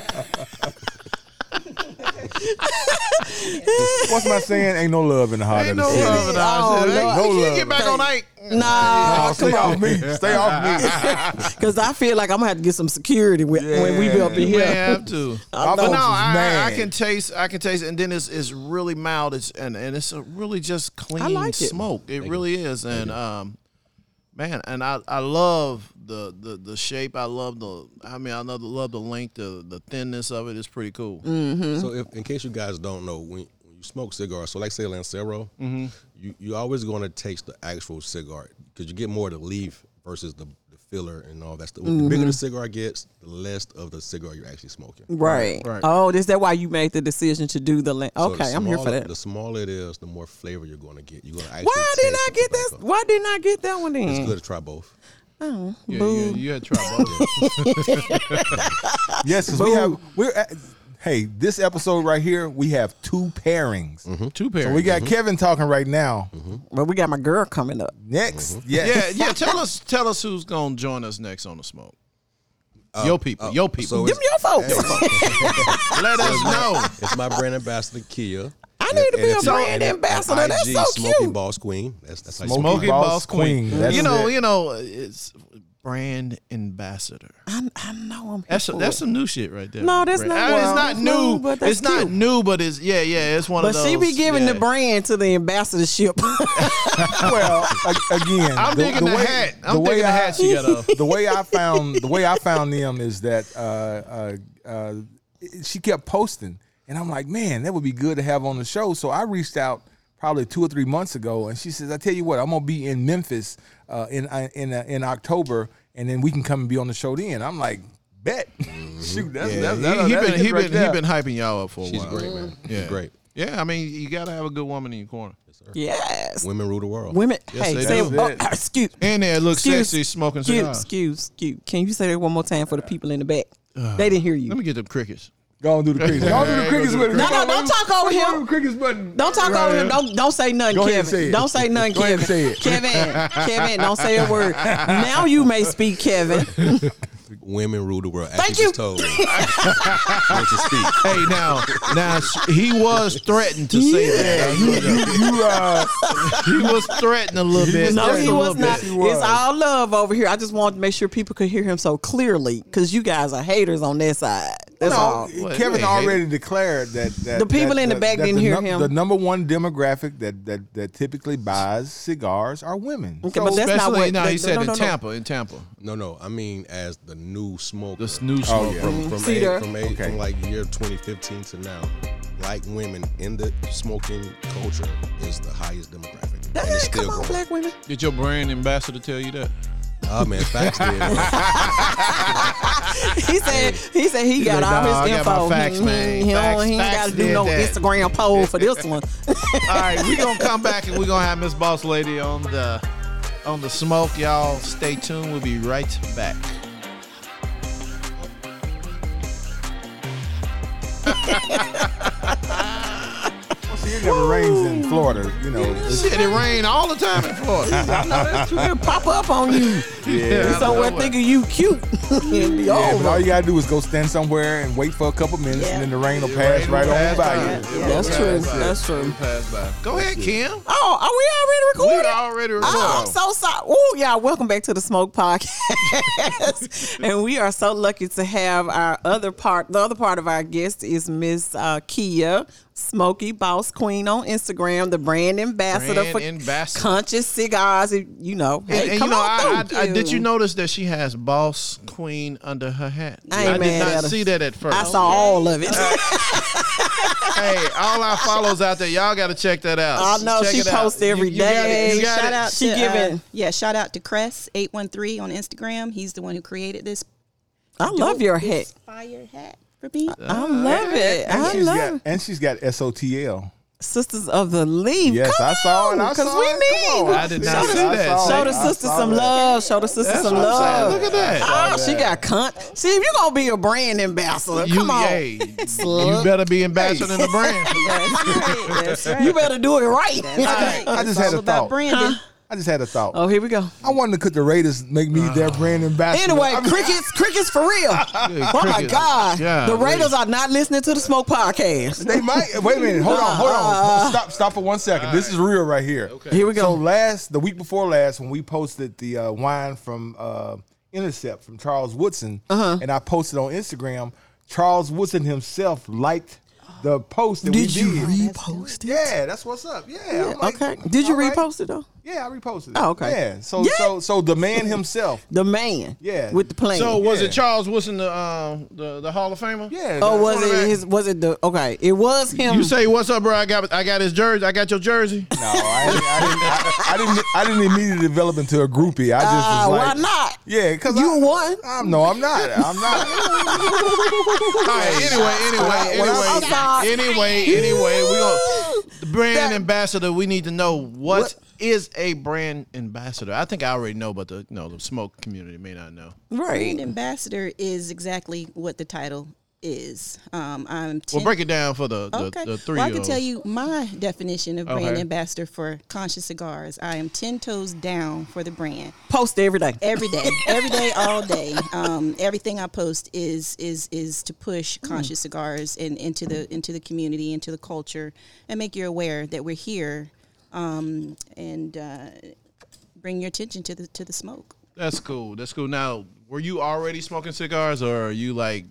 Speaker 4: What's my saying? Ain't no love in the heart
Speaker 2: Ain't
Speaker 4: of the
Speaker 2: no
Speaker 4: city.
Speaker 2: love in our
Speaker 3: Oh,
Speaker 2: city.
Speaker 3: no.
Speaker 2: Hey,
Speaker 4: No
Speaker 2: you
Speaker 4: love.
Speaker 2: Get back on Ike.
Speaker 4: Oh,
Speaker 3: Nah,
Speaker 4: stay off me. Stay off me.
Speaker 3: because I feel like I'm gonna have to get some security when, when we be up in
Speaker 2: You may
Speaker 3: here.
Speaker 2: have to.
Speaker 3: Oh,
Speaker 2: But
Speaker 4: I thought
Speaker 2: no,
Speaker 4: it was
Speaker 2: I, I, I
Speaker 4: mad.
Speaker 2: can taste. I can taste, and then it's it's really mild. It's and and it's a really just clean
Speaker 3: like it.
Speaker 2: smoke. It really is, and um, man, and I I love the the the shape. I love the. I mean, I love the, love the length. The the thinness of it is pretty cool.
Speaker 4: Mm.
Speaker 5: So, if, in case you guys don't know, when, when you smoke cigars, so like say Lancero,
Speaker 2: Mm-hmm.
Speaker 5: you you always going to taste the actual cigar because you get more of the leaf versus the, the filler and all that stuff. The bigger the cigar gets, the less of the cigar you're actually smoking.
Speaker 3: Right.
Speaker 2: Right.
Speaker 3: Oh, is that why you made the decision to do the? La-
Speaker 5: So the
Speaker 3: okay, I'm here for
Speaker 5: smaller-
Speaker 3: that.
Speaker 5: The smaller it is, the more flavor you're going to get. You're going to actually.
Speaker 3: Why didn't
Speaker 5: taste
Speaker 3: I
Speaker 5: the
Speaker 3: get that?
Speaker 5: tobacco.
Speaker 3: Why didn't I get that one
Speaker 5: It's
Speaker 3: then?
Speaker 5: good to try both.
Speaker 2: Yeah, yeah, you had to try both.
Speaker 4: Yes, 'cause we have. We're at, hey, this episode right here, we have two pairings.
Speaker 2: Two pairs.
Speaker 4: So we got Kevin talking right now.
Speaker 3: But we got my girl coming up.
Speaker 4: Next, yes.
Speaker 2: yeah, yeah. Tell us, tell us who's gonna join us next on the smoke. your people, your people.
Speaker 5: so
Speaker 3: Them
Speaker 5: it's-
Speaker 3: your folks.
Speaker 2: Let us know.
Speaker 5: It's my brand ambassador, Kia.
Speaker 3: I need to
Speaker 5: And
Speaker 3: be a
Speaker 5: it's my-
Speaker 3: brand
Speaker 5: and it's
Speaker 3: ambassador.
Speaker 5: IG,
Speaker 3: That's so
Speaker 5: Smoky
Speaker 3: cute.
Speaker 5: Boss Queen. That's, that's how you
Speaker 4: Smoky
Speaker 5: spell
Speaker 2: Smoky
Speaker 5: it.
Speaker 4: Boss
Speaker 2: Boss Queen.
Speaker 4: Queen. That's
Speaker 2: you know,
Speaker 4: it.
Speaker 2: you know, it's brand ambassador.
Speaker 3: I, I know I'm.
Speaker 2: That's
Speaker 3: people.
Speaker 2: that's some new shit right there.
Speaker 3: No, that's
Speaker 2: Brand-
Speaker 3: not-
Speaker 2: I mean,
Speaker 3: well,
Speaker 2: it's
Speaker 3: that's
Speaker 2: not new.
Speaker 3: new, but that's
Speaker 2: it's not
Speaker 3: cute.
Speaker 2: new, but it's yeah, yeah. It's one
Speaker 3: But
Speaker 2: of those.
Speaker 3: she be giving
Speaker 2: yeah.
Speaker 3: the brand to the ambassadorship.
Speaker 4: Well, a- again,
Speaker 2: I'm digging the, hat. I'm digging the hat she got off.
Speaker 4: the way I found the way I found them is that uh, uh, uh, she kept posting, and I'm like, man, that would be good to have on the show. So I reached out probably two or three months ago, and she says, I tell you what, I'm gonna be in Memphis uh, in uh, in uh, in October, and then we can come and be on the show then. I'm like, bet, shoot, that's, that's,
Speaker 2: He,
Speaker 4: that's,
Speaker 2: he been he
Speaker 4: right
Speaker 2: been
Speaker 4: there.
Speaker 2: he been hyping y'all up for a
Speaker 5: She's
Speaker 2: while.
Speaker 5: great, man.
Speaker 2: Yeah,
Speaker 5: She's great.
Speaker 2: Yeah, I mean, you gotta have a good woman in your corner,
Speaker 3: yes.
Speaker 5: Women rule the world.
Speaker 3: Women.
Speaker 2: Yes,
Speaker 3: hey,
Speaker 2: they
Speaker 3: say.
Speaker 4: do.
Speaker 3: Oh, excuse.
Speaker 2: and they look
Speaker 3: Excuse,
Speaker 2: sexy smoking
Speaker 3: excuse,
Speaker 2: cigars.
Speaker 3: excuse, excuse. Can you say that one more time for the people in the back? they didn't hear you.
Speaker 2: Let me get them crickets.
Speaker 4: Go on, do the crickets. Go on, do the crickets with it.
Speaker 3: no,
Speaker 4: Come
Speaker 3: no, don't
Speaker 4: on, let me-
Speaker 3: talk over
Speaker 4: let me do
Speaker 3: him.
Speaker 4: the crickets button.
Speaker 3: Don't talk over him. Don't don't say nothing,
Speaker 4: Go ahead
Speaker 3: Kevin.
Speaker 4: and say it.
Speaker 3: don't say nothing,
Speaker 4: Go ahead
Speaker 3: Kevin.
Speaker 4: and
Speaker 3: Kevin, Kevin, don't say a word. Now you may speak, Kevin.
Speaker 5: Women rule the world. As
Speaker 3: Thank
Speaker 5: she
Speaker 3: you.
Speaker 5: Just told me. Don't you speak.
Speaker 2: Hey, now, now sh- he was threatened to say that.
Speaker 4: You, you, you, uh,
Speaker 2: He was threatened a little bit.
Speaker 3: No,
Speaker 2: just
Speaker 3: he
Speaker 2: a
Speaker 3: was
Speaker 2: little
Speaker 3: not.
Speaker 2: bit.
Speaker 4: He was.
Speaker 3: It's all love over here. I just wanted to make sure people could hear him so clearly because you guys are haters on that side. That's
Speaker 4: No,
Speaker 3: all.
Speaker 2: Well,
Speaker 4: Kevin
Speaker 2: hey, hey.
Speaker 4: already declared that, that
Speaker 3: The people
Speaker 4: that-
Speaker 3: in the
Speaker 4: that-
Speaker 3: back
Speaker 4: that
Speaker 3: didn't
Speaker 4: the
Speaker 3: hear
Speaker 4: num-
Speaker 3: him.
Speaker 4: The number one demographic that that, that typically buys cigars are women.
Speaker 3: Okay, but that's not
Speaker 2: Especially
Speaker 3: what.
Speaker 2: no,
Speaker 3: that-
Speaker 2: he said
Speaker 3: no,
Speaker 2: in
Speaker 3: no, no.
Speaker 2: Tampa, in Tampa,
Speaker 5: No, no. I mean, as the new smoker.
Speaker 2: the snooze.
Speaker 4: Oh,
Speaker 2: smoker.
Speaker 4: yeah.
Speaker 5: From, from,
Speaker 3: See there.
Speaker 5: a, from, a,
Speaker 4: Okay.
Speaker 5: from like year 2015 to now, black women in the smoking culture is the highest demographic. and it's
Speaker 3: Hey,
Speaker 5: still
Speaker 3: come on,
Speaker 5: growing.
Speaker 3: black women.
Speaker 2: Did your brand ambassador tell you that?
Speaker 5: Oh, man. Facts did.
Speaker 3: He said he said he got
Speaker 2: like,
Speaker 3: all
Speaker 2: "Nah, I
Speaker 3: his
Speaker 2: got my
Speaker 3: info.
Speaker 2: facts,
Speaker 3: Mhm.
Speaker 2: man.
Speaker 3: He don't-
Speaker 2: Facts,
Speaker 3: he ain't
Speaker 2: facts
Speaker 3: got to do
Speaker 2: did
Speaker 3: no
Speaker 2: that.
Speaker 3: Instagram poll for this one.
Speaker 2: All right, we're gonna come back and we're gonna have Miss Boss Lady on the on the smoke. Y'all stay tuned. We'll be right back.
Speaker 4: See, it never rains in Florida, you know. It's,
Speaker 2: Shit, it rain all the time in Florida.
Speaker 3: I know that's true. It'll pop up on you.
Speaker 4: yeah.
Speaker 3: So we're thinking you cute. It'll be
Speaker 4: Yeah, but
Speaker 3: over.
Speaker 4: all you gotta do is go stand somewhere and wait for a couple minutes,
Speaker 3: Yeah.
Speaker 4: and then the rain will pass right on by you.
Speaker 3: Yeah, that's true. That's true.
Speaker 2: Pass by. Go ahead, Kim.
Speaker 3: Oh, are we
Speaker 2: We
Speaker 3: already recording?
Speaker 2: already recorded.
Speaker 3: Oh, I'm so sorry. Oh, y'all, welcome back to the Smoke Podcast. and we are so lucky to have our other part. The other part of our guest is Miss uh, Kia, Smoky Boss Queen on Instagram, the brand ambassador
Speaker 2: Brand
Speaker 3: for
Speaker 2: ambassador.
Speaker 3: Conscious Cigars. If- You know, hey,
Speaker 2: and, and
Speaker 3: come
Speaker 2: you know,
Speaker 3: on
Speaker 2: I,
Speaker 3: through,
Speaker 2: I, I, did
Speaker 3: Kia.
Speaker 2: you notice that she has Boss Queen under her hat?
Speaker 3: I ain't
Speaker 2: did
Speaker 3: mad
Speaker 2: not
Speaker 3: at her.
Speaker 2: see that at first.
Speaker 3: I saw all of it.
Speaker 2: Uh, hey, all our follows out there, y'all got to check that out.
Speaker 3: I know
Speaker 2: Check
Speaker 3: she
Speaker 2: it out.
Speaker 3: posts
Speaker 2: You-
Speaker 3: every
Speaker 2: you got
Speaker 3: day.
Speaker 2: it. You got
Speaker 6: shout
Speaker 2: it.
Speaker 6: out
Speaker 3: She
Speaker 6: to,
Speaker 3: giving-
Speaker 6: uh, yeah, shout out to Cress eight one three on Instagram. He's the one who created this.
Speaker 3: I love your hat.
Speaker 6: fire hat for me.
Speaker 2: Uh,
Speaker 3: I love it. I
Speaker 4: She's
Speaker 3: love
Speaker 4: got, and she's got SOTL.
Speaker 3: Sisters of the Leaf.
Speaker 4: Yes,
Speaker 3: Come
Speaker 4: I saw it. I
Speaker 3: on, 'cause
Speaker 4: saw
Speaker 3: we
Speaker 4: it.
Speaker 3: need.
Speaker 4: Come on.
Speaker 2: I did not
Speaker 4: Show
Speaker 2: see
Speaker 4: the-
Speaker 2: that.
Speaker 4: I saw
Speaker 3: Show
Speaker 4: it.
Speaker 3: the
Speaker 4: I
Speaker 3: sister
Speaker 4: saw
Speaker 3: some
Speaker 4: that.
Speaker 3: love. Show the sister
Speaker 2: That's
Speaker 3: some
Speaker 2: what I'm saying.
Speaker 3: love.
Speaker 2: Look at that.
Speaker 3: Oh, she got cunt. See, if you're gonna be a brand ambassador,
Speaker 2: You,
Speaker 3: come on.
Speaker 2: hey, you better be ambassador in the brand.
Speaker 6: That's right. That's right.
Speaker 3: You better do it right.
Speaker 6: That's right.
Speaker 4: I just
Speaker 6: Oh It's
Speaker 4: had
Speaker 6: all
Speaker 4: a
Speaker 6: about
Speaker 4: thought.
Speaker 6: Brandon.
Speaker 4: I just had a thought.
Speaker 3: Oh, here we go.
Speaker 4: I wanted to could the Raiders make me their brand ambassador?
Speaker 3: Anyway,
Speaker 4: I'm-
Speaker 3: crickets, crickets for real. oh my
Speaker 2: crickets.
Speaker 3: God.
Speaker 2: Yeah,
Speaker 3: the Raiders
Speaker 2: really.
Speaker 3: are not listening to the Smoke Podcast.
Speaker 4: They might. Wait a minute. Hold on.
Speaker 3: Uh,
Speaker 4: Hold on. Stop. Stop for one second. This is real right here. Okay.
Speaker 3: Here we go.
Speaker 4: So last the week before last, when we posted the uh, wine from uh, Intercept from Charles Woodson,
Speaker 3: Uh-huh.
Speaker 4: and I posted on Instagram, Charles Woodson himself liked the post that we
Speaker 3: Did
Speaker 4: did. Oh,
Speaker 3: you repost it?
Speaker 4: yeah, that's what's up. Yeah. I'm like,
Speaker 3: Okay. Did you
Speaker 4: all right.
Speaker 3: repost it though?
Speaker 4: Yeah, I reposted. it.
Speaker 3: Oh, okay.
Speaker 4: Yeah. So
Speaker 3: Yeah.
Speaker 4: so so the man himself.
Speaker 3: The man.
Speaker 4: Yeah.
Speaker 3: With the plane.
Speaker 2: So was
Speaker 4: Yeah.
Speaker 2: it Charles Wilson, the uh, the, the Hall of Famer?
Speaker 4: Yeah.
Speaker 3: oh, was it
Speaker 2: quarterback.
Speaker 3: his? Was it the? Okay, it was him.
Speaker 2: You say what's up, bro? I got I got his jersey. I got your jersey.
Speaker 4: No, I, I, didn't, I, I didn't. I didn't immediately develop into a groupie. I just
Speaker 3: Ah,
Speaker 4: was like,
Speaker 3: why not?
Speaker 4: Yeah, because
Speaker 3: You
Speaker 4: I,
Speaker 3: won.
Speaker 4: I'm, no, I'm not. I'm not.
Speaker 2: All right, anyway, anyway,
Speaker 4: When I-
Speaker 2: anyway,
Speaker 3: I'm sorry.
Speaker 2: anyway, anyway, we gonna the brand ambassador. We need to know
Speaker 3: What?
Speaker 2: what is a brand ambassador. I think I already know, but the you know the smoke community may not know.
Speaker 6: Brand
Speaker 3: Right.
Speaker 6: ambassador is exactly what the title is. Um, I'm
Speaker 2: Well,
Speaker 6: ten-
Speaker 2: break it down for the the,
Speaker 6: Okay.
Speaker 2: the three.
Speaker 6: well, I
Speaker 2: of
Speaker 6: can tell
Speaker 2: us.
Speaker 6: you my definition of brand
Speaker 2: Okay.
Speaker 6: ambassador for Conscious Cigars. I am ten toes down for the brand
Speaker 3: Post every day.
Speaker 6: every day, every day, all day. Um, everything I post is is is to push
Speaker 3: Hmm.
Speaker 6: Conscious Cigars and into the into the community, into the culture, and make you aware that we're here, um, and uh, bring your attention to the to the smoke.
Speaker 2: That's cool. That's cool. Now, were you already smoking cigars, or are you like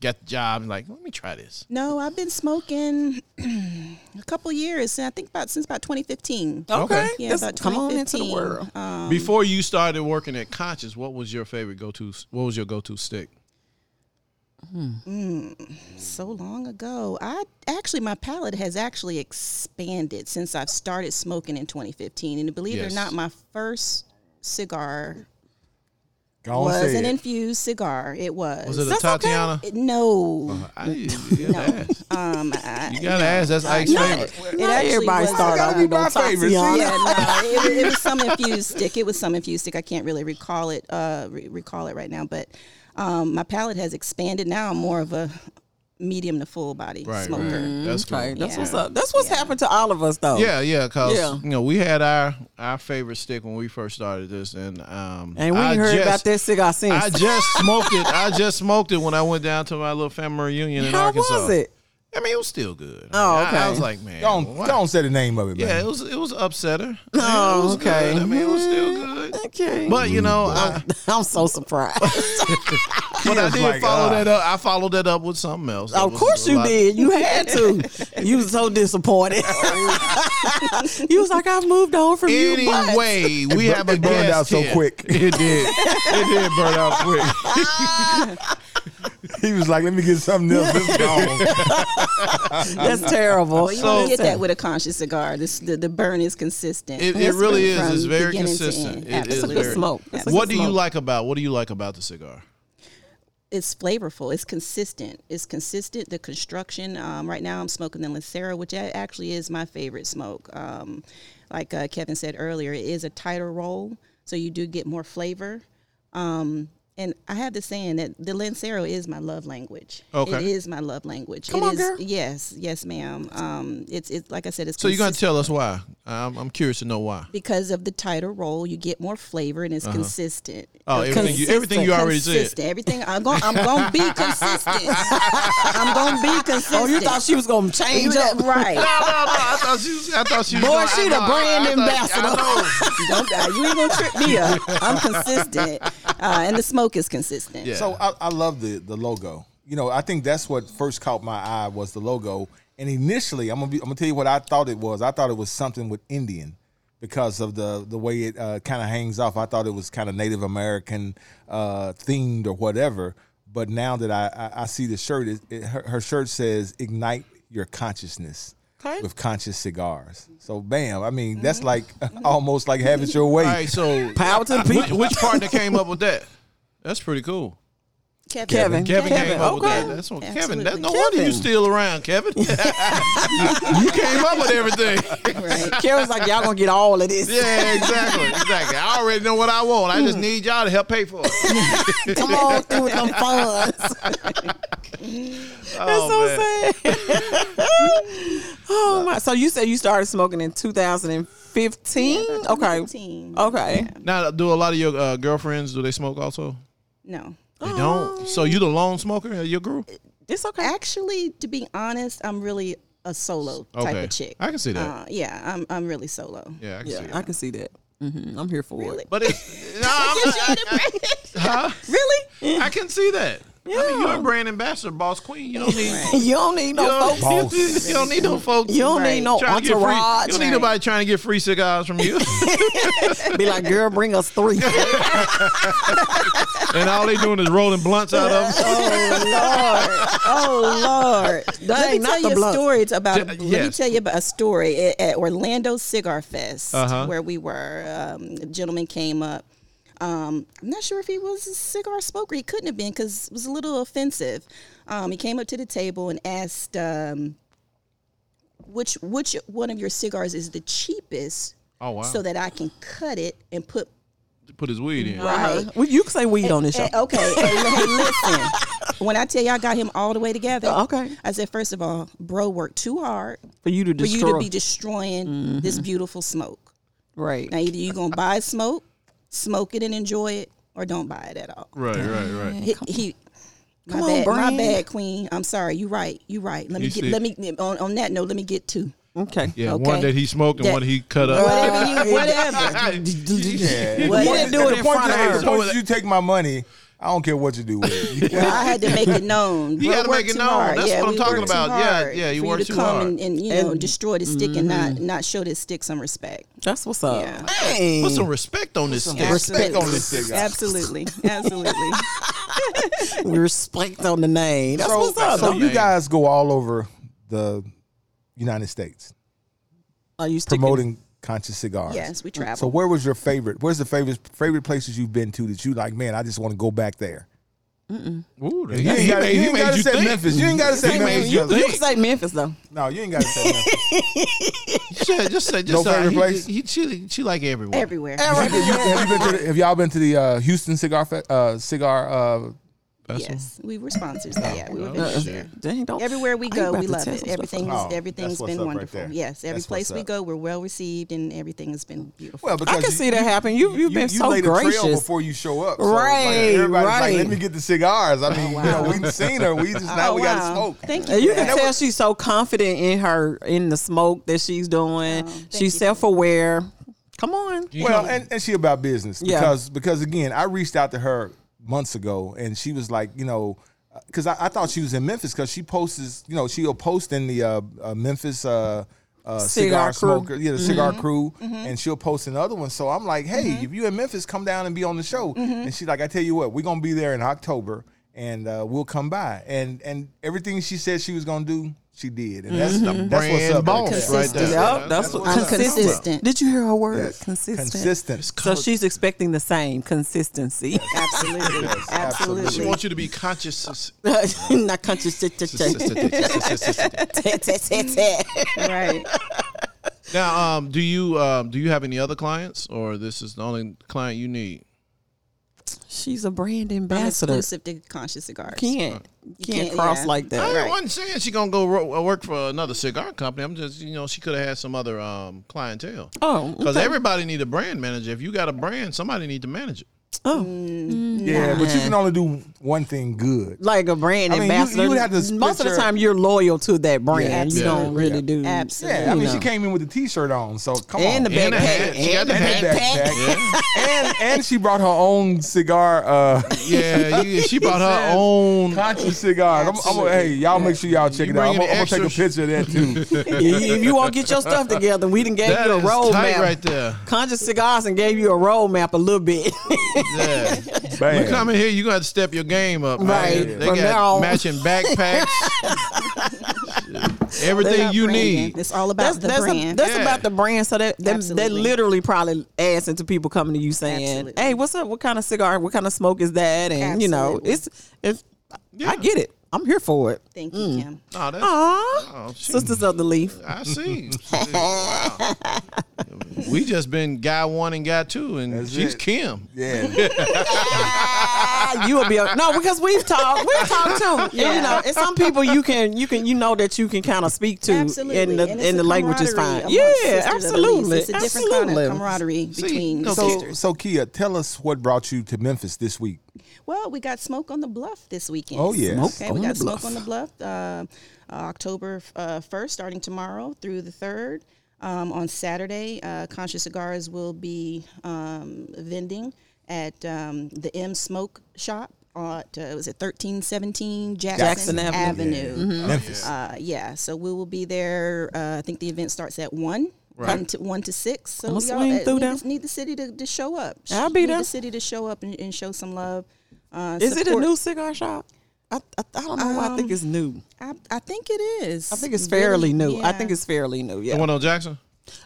Speaker 2: got the job and like let me try this?
Speaker 6: No, I've been smoking a couple years. I think about since about 2015.
Speaker 3: Okay.
Speaker 6: Yeah,
Speaker 3: That's-
Speaker 6: about
Speaker 3: come on into the
Speaker 6: 2015.
Speaker 3: world.
Speaker 2: Before you started working at Conscious, what was your favorite go to? What was your go to stick?
Speaker 6: so long ago. I actually, my palate has actually expanded since I've started smoking in 2015. And believe it
Speaker 2: Yes.
Speaker 6: or not, my first cigar
Speaker 4: Go on,
Speaker 6: was
Speaker 4: say
Speaker 6: an
Speaker 4: it.
Speaker 6: infused cigar. It was.
Speaker 2: Was it a
Speaker 3: That's okay.
Speaker 2: Tatiana? Uh-huh.
Speaker 6: It- no.
Speaker 2: I, you gotta ask.
Speaker 6: Um, I,
Speaker 2: You gotta ask. That's Ike's favorite.
Speaker 6: it
Speaker 3: Not
Speaker 6: actually
Speaker 3: everybody
Speaker 6: was-
Speaker 3: start
Speaker 4: Gotta
Speaker 3: out
Speaker 4: be
Speaker 3: with no
Speaker 4: my favorite, see?
Speaker 3: Tatiana.
Speaker 6: Yeah, no, it, was- it was some infused stick. It was some infused stick. I can't really recall it, uh, re- recall it right now. But um, my palate has expanded. Now I'm more of a medium to full body
Speaker 2: Right,
Speaker 6: smoker.
Speaker 2: right. That's cool.
Speaker 3: Okay, that's
Speaker 6: Yeah.
Speaker 3: what's up. That's what's happened to all of us, though.
Speaker 2: Yeah, yeah, cause
Speaker 3: Yeah.
Speaker 2: you know we had our our favorite stick when we first started this, and um,
Speaker 3: And we
Speaker 2: I
Speaker 3: ain't heard
Speaker 2: just-
Speaker 3: about that cigar
Speaker 2: I
Speaker 3: since.
Speaker 2: just smoked it. I just smoked it when I went down to my little family reunion in
Speaker 3: How
Speaker 2: Arkansas.
Speaker 3: was it?
Speaker 2: I mean, it was still good.
Speaker 3: Oh,
Speaker 2: I mean, I- I,
Speaker 3: okay.
Speaker 2: was like, man,
Speaker 4: Don't
Speaker 2: why-
Speaker 4: don't say the name of it, man.
Speaker 2: Yeah, it was it was upsetter.
Speaker 3: Oh,
Speaker 2: it was
Speaker 3: okay. Mm-hmm.
Speaker 2: Good. I mean, it was still good.
Speaker 3: Okay.
Speaker 2: But you know, I,
Speaker 3: I'm so surprised.
Speaker 2: but I
Speaker 4: was
Speaker 2: did
Speaker 4: like,
Speaker 2: follow
Speaker 4: ah.
Speaker 2: that up. I followed that up with something else. That
Speaker 3: of
Speaker 2: was
Speaker 3: course
Speaker 2: a
Speaker 3: you
Speaker 2: lot-
Speaker 3: did. You had to. You was so disappointed. you was like, I've moved on from you. but-
Speaker 2: Anyway, we
Speaker 4: bur-
Speaker 2: have a
Speaker 4: it burned
Speaker 2: guest
Speaker 4: out so
Speaker 2: here.
Speaker 4: quick.
Speaker 2: It did. It did burn out quick.
Speaker 4: he was like, "Let me get something else." It's gone.
Speaker 3: That's terrible.
Speaker 6: You
Speaker 2: So-
Speaker 6: don't get that with a conscious cigar. This the, the burn is consistent.
Speaker 2: It, it
Speaker 6: It's
Speaker 2: really is.
Speaker 6: been from
Speaker 2: It's very
Speaker 6: beginning to
Speaker 2: consistent.
Speaker 6: end.
Speaker 2: It is
Speaker 3: It's a
Speaker 6: Absolutely.
Speaker 3: good
Speaker 2: very-
Speaker 3: smoke. It's a good
Speaker 2: What do you
Speaker 3: smoke.
Speaker 2: like about? What do you like about the cigar?
Speaker 6: It's flavorful. It's consistent. It's consistent. The construction. Um, right now, I'm smoking the Lancero, which a- actually is my favorite smoke. Um, like uh, Kevin said earlier, it is a tighter roll, so you do get more flavor. Um, and I have this saying that the Lancero is my love language.
Speaker 2: Okay.
Speaker 6: It is my love language.
Speaker 3: Come
Speaker 6: It
Speaker 3: on,
Speaker 6: is-
Speaker 3: girl.
Speaker 6: Yes, yes, ma'am. Um, it's it's like I said. It's
Speaker 2: So you're gonna
Speaker 6: consistent.
Speaker 2: tell us why? I'm, I'm curious to know why.
Speaker 6: because of the tighter roll, you get more flavor and it's consistent.
Speaker 2: Uh-huh.
Speaker 6: Uh,
Speaker 2: Oh, everything you, everything you already
Speaker 6: consistent.
Speaker 2: said.
Speaker 6: Everything I'm going, I'm going to be consistent. I'm going to be consistent.
Speaker 3: Oh, you thought she was gonna change up?
Speaker 6: right?
Speaker 2: No, no, no. I thought she was. I thought she was.
Speaker 3: Boy,
Speaker 2: gonna- I
Speaker 3: she the
Speaker 2: know, I-
Speaker 3: brand
Speaker 2: I thought- I
Speaker 3: ambassador.
Speaker 2: know.
Speaker 6: Don't die. You ain't gonna trip me up. I'm consistent, uh, and the smoke is consistent.
Speaker 2: Yeah.
Speaker 4: So I, I love the the logo. You know, I think that's what first caught my eye was the logo. And initially, I'm gonna be, I'm gonna tell you what I thought it was. I thought it was something with Indian because of the the way it uh, kind of hangs off. I thought it was kind of Native American uh, themed or whatever. But now that I I, I see the shirt, it, it, her, her shirt says "Ignite Your Consciousness."
Speaker 3: Okay.
Speaker 4: With conscious cigars, so bam! I mean, that's like almost like having your way.
Speaker 2: All Mm-hmm. right. So
Speaker 3: Power to the
Speaker 2: which,
Speaker 3: people.
Speaker 2: which partner came up with that? That's pretty cool.
Speaker 3: Kevin.
Speaker 2: Kevin, came up with
Speaker 3: okay.
Speaker 2: that. That's what, Kevin. That, no
Speaker 6: Absolutely.
Speaker 2: wonder you
Speaker 3: Kevin.
Speaker 2: still around, Kevin. you came up with everything.
Speaker 6: Right.
Speaker 3: Karen's like, y'all gonna get all of this.
Speaker 2: Yeah, exactly, exactly. I already know what I want. I just need y'all to help pay for it.
Speaker 3: Come on through with them funds. That's
Speaker 2: Oh,
Speaker 3: so sad. oh Wow. So you said you started smoking in 2015?
Speaker 6: Yeah, about
Speaker 3: okay. Oh.
Speaker 6: 2015.
Speaker 3: Okay.
Speaker 2: Now, do a lot of your uh, girlfriends do they smoke also?
Speaker 6: No.
Speaker 2: They don't. So you the lone smoker in your group?
Speaker 3: It's okay.
Speaker 6: Actually, to be honest, I'm really a solo type
Speaker 2: Okay.
Speaker 6: of chick.
Speaker 2: I can see that.
Speaker 6: Uh, yeah, I'm I'm really solo.
Speaker 2: Yeah, I can see
Speaker 3: yeah,
Speaker 2: that.
Speaker 3: I can see that. hmm I'm here for it.
Speaker 2: But it's no, I'm,
Speaker 6: Really?
Speaker 2: I can see that. I mean, you're a brand ambassador, boss queen. You don't need.
Speaker 3: You don't need no
Speaker 2: You don't,
Speaker 3: folks.
Speaker 2: you don't- you don't need no folks.
Speaker 3: You don't need
Speaker 6: Right.
Speaker 3: no
Speaker 2: trying to get free-
Speaker 3: entourage.
Speaker 2: You don't need nobody trying to get free cigars from you.
Speaker 3: Be like, girl, bring us three.
Speaker 2: and all they doing is rolling blunts out of them.
Speaker 6: Oh Lord! Let me
Speaker 3: ain't not the
Speaker 6: tell you a
Speaker 3: blunt.
Speaker 6: story It's about.
Speaker 2: Ju-
Speaker 6: let
Speaker 2: yes.
Speaker 6: me tell you about a story at, at Orlando Cigar Fest
Speaker 2: Uh-huh.
Speaker 6: where we were. Um, a gentleman came up. Um, I'm not sure if he was a cigar smoker. He couldn't have been because it was a little offensive. Um, he came up to the table and asked, um, "Which which one of your cigars is the cheapest?
Speaker 2: Oh, wow.
Speaker 6: So that I can cut it and put
Speaker 2: Put his weed in.
Speaker 6: right."
Speaker 3: Well, you can say weed on this show.
Speaker 6: Eh, okay, hey, li- hey, listen. When I tell you I got him all the way together,
Speaker 3: Oh, Okay.
Speaker 6: I said, first of all, bro worked too hard
Speaker 3: For you to
Speaker 6: for
Speaker 3: destroy. Mm-hmm.
Speaker 6: you to be destroying this beautiful smoke.
Speaker 3: right.
Speaker 6: Now, either you're gonna buy smoke, smoke it and enjoy it, or don't buy it at all.
Speaker 2: Right, right, right.
Speaker 6: He, he- my
Speaker 3: Come on,
Speaker 6: bad, my
Speaker 3: Brian.
Speaker 6: bad, Queen. I'm sorry. You right. You right. Let me
Speaker 2: You
Speaker 6: get.
Speaker 2: see-
Speaker 6: Let me on, on that note. Let me get two.
Speaker 3: Okay.
Speaker 2: Yeah,
Speaker 6: Okay.
Speaker 2: one that he smoked and
Speaker 6: That-
Speaker 2: one he cut up.
Speaker 6: Whatever you, whatever.
Speaker 4: Yeah.
Speaker 6: Well,
Speaker 4: The
Speaker 6: you
Speaker 4: point-
Speaker 6: didn't do
Speaker 3: it
Speaker 4: the
Speaker 3: in
Speaker 4: point
Speaker 3: front of
Speaker 4: is-
Speaker 3: her.
Speaker 4: the point is you take my money, I don't care what you do with it. You-
Speaker 6: Well, I had to make it known.
Speaker 2: You
Speaker 6: Bro
Speaker 2: gotta
Speaker 6: worked
Speaker 2: make it
Speaker 6: too
Speaker 2: known.
Speaker 6: hard.
Speaker 2: That's
Speaker 6: yeah,
Speaker 2: what I'm
Speaker 6: we
Speaker 2: talking
Speaker 6: worked too
Speaker 2: about. Yeah,
Speaker 6: hard
Speaker 2: yeah, you
Speaker 6: for
Speaker 2: worked
Speaker 6: you to
Speaker 2: too
Speaker 6: come
Speaker 2: hard.
Speaker 6: And, and you know destroy the stick and not
Speaker 3: Mm-hmm.
Speaker 6: not show this stick some respect.
Speaker 3: That's what's up.
Speaker 6: Yeah.
Speaker 3: Dang.
Speaker 2: Put some respect on this stick.
Speaker 4: Respect on this thing. guys.
Speaker 6: Absolutely, absolutely.
Speaker 3: respect on the name. That's
Speaker 4: So,
Speaker 3: what's up.
Speaker 4: so
Speaker 3: though.
Speaker 4: you
Speaker 2: man.
Speaker 4: guys go all over the United States
Speaker 3: Are you sticking-
Speaker 4: promoting conscious cigars.
Speaker 6: yes, we travel.
Speaker 4: So where was your favorite? Where's the favorite favorite places you've been to that you like? Man, I just want to go back there.
Speaker 2: Ooh,
Speaker 4: You ain't gotta- you ain't gotta say Memphis. You ain't gotta say
Speaker 2: He made
Speaker 4: Memphis.
Speaker 2: you
Speaker 4: brother.
Speaker 3: You can say Memphis though.
Speaker 4: No, you ain't got to say Memphis.
Speaker 2: Yeah, just say, just
Speaker 4: No
Speaker 2: say.
Speaker 4: favorite
Speaker 2: he,
Speaker 4: place?
Speaker 2: He, she, she like everyone.
Speaker 6: Everywhere.
Speaker 4: have, you, have you been to the, have y'all been to the uh, Houston cigar fe- uh, cigar? Uh,
Speaker 6: Yes, we were sponsors. Yeah, we were
Speaker 2: Oh,
Speaker 6: vendors
Speaker 2: shit.
Speaker 6: there.
Speaker 3: Dang, don't.
Speaker 6: Everywhere we
Speaker 3: I
Speaker 6: go,
Speaker 3: about
Speaker 6: we
Speaker 3: to
Speaker 6: love
Speaker 3: tell
Speaker 6: it.
Speaker 3: some stuff.
Speaker 6: Everything's
Speaker 4: Uh-uh. Oh, that's
Speaker 6: everything's
Speaker 4: what's
Speaker 6: been
Speaker 4: up right
Speaker 6: wonderful.
Speaker 4: there.
Speaker 6: yes, every
Speaker 4: That's
Speaker 6: place
Speaker 4: what's
Speaker 6: we
Speaker 4: up.
Speaker 6: go, we're well received, and everything has been beautiful.
Speaker 4: well, because
Speaker 3: I can see that happen. You you've been
Speaker 4: you
Speaker 3: so
Speaker 4: laid a trail
Speaker 3: gracious.
Speaker 4: before you show up. So
Speaker 3: Right,
Speaker 4: it's like everybody's like,
Speaker 3: right.
Speaker 4: let me get the cigars. I mean, you know, we've seen her. We just now
Speaker 6: Oh,
Speaker 4: we got to
Speaker 6: wow.
Speaker 4: smoke.
Speaker 6: Thank you.
Speaker 3: And you
Speaker 6: for
Speaker 3: can
Speaker 6: that.
Speaker 3: tell she's so confident in her in the smoke that she's doing.
Speaker 6: you.
Speaker 3: she's self aware. Come on.
Speaker 4: Well, and, and she about business
Speaker 3: Yeah.
Speaker 4: because because again, I reached out to her months ago, and she was like, you know, because I, I thought she was in Memphis because she posts, you know, she'll post in the uh, uh, Memphis. Uh, uh,
Speaker 3: Cigar
Speaker 4: cigar,
Speaker 3: crew. Mm-hmm.
Speaker 4: smoker, yeah, the cigar crew, and she'll post another one. So I'm like, hey, if you in Memphis, come down and be on the show.
Speaker 3: Mm-hmm.
Speaker 4: And she's like, I tell you what, we're gonna be there in October, and uh, we'll come by. And and everything she said she was gonna do, she did, and that's
Speaker 3: Mm-hmm.
Speaker 4: that's what's
Speaker 2: Brand
Speaker 4: up. right
Speaker 2: boss
Speaker 4: there.
Speaker 2: right there.
Speaker 3: Yep, that's what
Speaker 6: I'm consistent.
Speaker 3: Did you hear her word?
Speaker 4: Yes.
Speaker 3: Consistent.
Speaker 4: Consistent.
Speaker 3: So she's expecting the same consistency.
Speaker 6: Absolutely,
Speaker 4: absolutely.
Speaker 2: She
Speaker 6: absolutely.
Speaker 2: wants you to be conscious.
Speaker 3: Not consistent.
Speaker 6: Right.
Speaker 2: now, um, do you um, do you have any other clients, or this is the only client you need?
Speaker 3: She's a brand
Speaker 6: I'm
Speaker 3: ambassador.
Speaker 6: exclusive to Conscious Cigars.
Speaker 3: Can't you can't
Speaker 6: can't,
Speaker 3: cross
Speaker 6: yeah.
Speaker 3: like that.
Speaker 2: I
Speaker 6: Right.
Speaker 2: wasn't saying she gonna go ro- uh, work for another cigar company. I'm just you know she could have had some other um, clientele.
Speaker 3: Oh,
Speaker 2: Because everybody need a brand manager. If you got a brand, somebody need to manage it.
Speaker 3: oh.
Speaker 4: Yeah, but you can only do one thing good.
Speaker 3: like a brand
Speaker 4: I mean, you-
Speaker 3: ambassador.
Speaker 4: you would have to split
Speaker 3: Most of the
Speaker 4: your-
Speaker 3: time, you're loyal to that brand. you don't
Speaker 2: absolutely.
Speaker 3: really do.
Speaker 6: Absolutely.
Speaker 4: Yeah, I mean,
Speaker 3: know.
Speaker 4: she came in with the T-shirt on, so come
Speaker 3: And the
Speaker 4: on.
Speaker 2: And
Speaker 3: backpack.
Speaker 2: a hat. She got
Speaker 3: And
Speaker 2: the
Speaker 3: the
Speaker 2: hat.
Speaker 3: backpack.
Speaker 4: Backpack. and and she brought her own cigar, uh,
Speaker 2: Yeah, you, she brought her own.
Speaker 4: conscious cigar. I'm, I'm, hey, y'all make sure y'all check
Speaker 2: You
Speaker 4: it out. I'm,
Speaker 2: bringing
Speaker 4: gonna- I'm gonna take a
Speaker 2: extra
Speaker 4: picture of that too.
Speaker 3: if you won't get your stuff together, we done gave
Speaker 2: That
Speaker 3: you a
Speaker 2: is tight
Speaker 3: roadmap.
Speaker 2: right there.
Speaker 3: Conscious Cigars and gave you a roadmap a little bit.
Speaker 2: Yeah.
Speaker 4: Bam.
Speaker 2: You come in here, you gonna have to step your game up. man.
Speaker 3: Right.
Speaker 2: They
Speaker 3: From now
Speaker 2: got
Speaker 3: on.
Speaker 2: matching backpacks. Everything
Speaker 6: About
Speaker 2: you
Speaker 6: branding.
Speaker 2: need.
Speaker 6: It's all about
Speaker 3: that's
Speaker 6: the
Speaker 3: that's, a-
Speaker 6: brand.
Speaker 3: that's
Speaker 2: Yeah.
Speaker 3: about the brand. So that that, that
Speaker 6: Absolutely.
Speaker 3: literally probably adds into people coming to you saying,
Speaker 6: Absolutely.
Speaker 3: "Hey, what's up? What kind of cigar? What kind of smoke is that?" And you know,
Speaker 6: Absolutely.
Speaker 3: it's it's. I get it. I'm here for it.
Speaker 6: Thank you, Kim.
Speaker 2: Oh, that's,
Speaker 3: Aw,
Speaker 2: oh, she-
Speaker 3: sisters of the leaf.
Speaker 2: I see. Wow. we just been guy one and guy two, and
Speaker 4: That's
Speaker 2: she's
Speaker 4: it.
Speaker 2: Kim.
Speaker 4: Yeah.
Speaker 3: Ah, you will be a, no because we've talked we've talked too yeah. you know and some people you can you can you know that you can kind of speak to
Speaker 6: absolutely.
Speaker 3: and the
Speaker 6: And it's
Speaker 3: and
Speaker 6: a
Speaker 3: the language is
Speaker 6: camaraderie
Speaker 3: fine
Speaker 6: amongst
Speaker 3: yeah
Speaker 6: sisters, I believe.
Speaker 3: absolutely
Speaker 6: It's a different
Speaker 3: absolutely.
Speaker 6: kind of camaraderie between
Speaker 2: no,
Speaker 4: So,
Speaker 6: sisters.
Speaker 4: so Kia, tell us what brought you to Memphis this week.
Speaker 6: Well, we got Smoke on the Bluff this weekend.
Speaker 4: Oh, yes. Smoke
Speaker 6: Okay,
Speaker 3: on
Speaker 6: we
Speaker 3: the
Speaker 6: got
Speaker 3: Bluff.
Speaker 6: Smoke on the Bluff uh, uh, October uh, 1st, starting tomorrow through the 3rd. Um, on Saturday, uh, Conscious Cigars will be um, vending at um, the M Smoke Shop. At, uh, was it 1317 Jackson,
Speaker 3: Jackson Avenue. Mm-hmm.
Speaker 6: Avenue.
Speaker 4: Oh, Memphis.
Speaker 6: Uh, yeah, so we will be there. Uh, I think the event starts at one. One to one to six. So
Speaker 3: I'ma
Speaker 6: y'all
Speaker 3: swing
Speaker 6: uh,
Speaker 3: through
Speaker 6: we
Speaker 3: there.
Speaker 6: just need the city to, to show up. Sh-
Speaker 3: I'll be
Speaker 6: need
Speaker 3: there.
Speaker 6: The city to show up and, and show some love. Uh,
Speaker 3: is it a
Speaker 6: support-
Speaker 3: new cigar shop I, I, I don't know why I think it's new
Speaker 6: I, I think it is.
Speaker 3: I think it's
Speaker 6: Really,
Speaker 3: fairly new I
Speaker 6: yeah.
Speaker 3: think it's fairly new
Speaker 2: The
Speaker 3: yeah
Speaker 2: one on Jackson.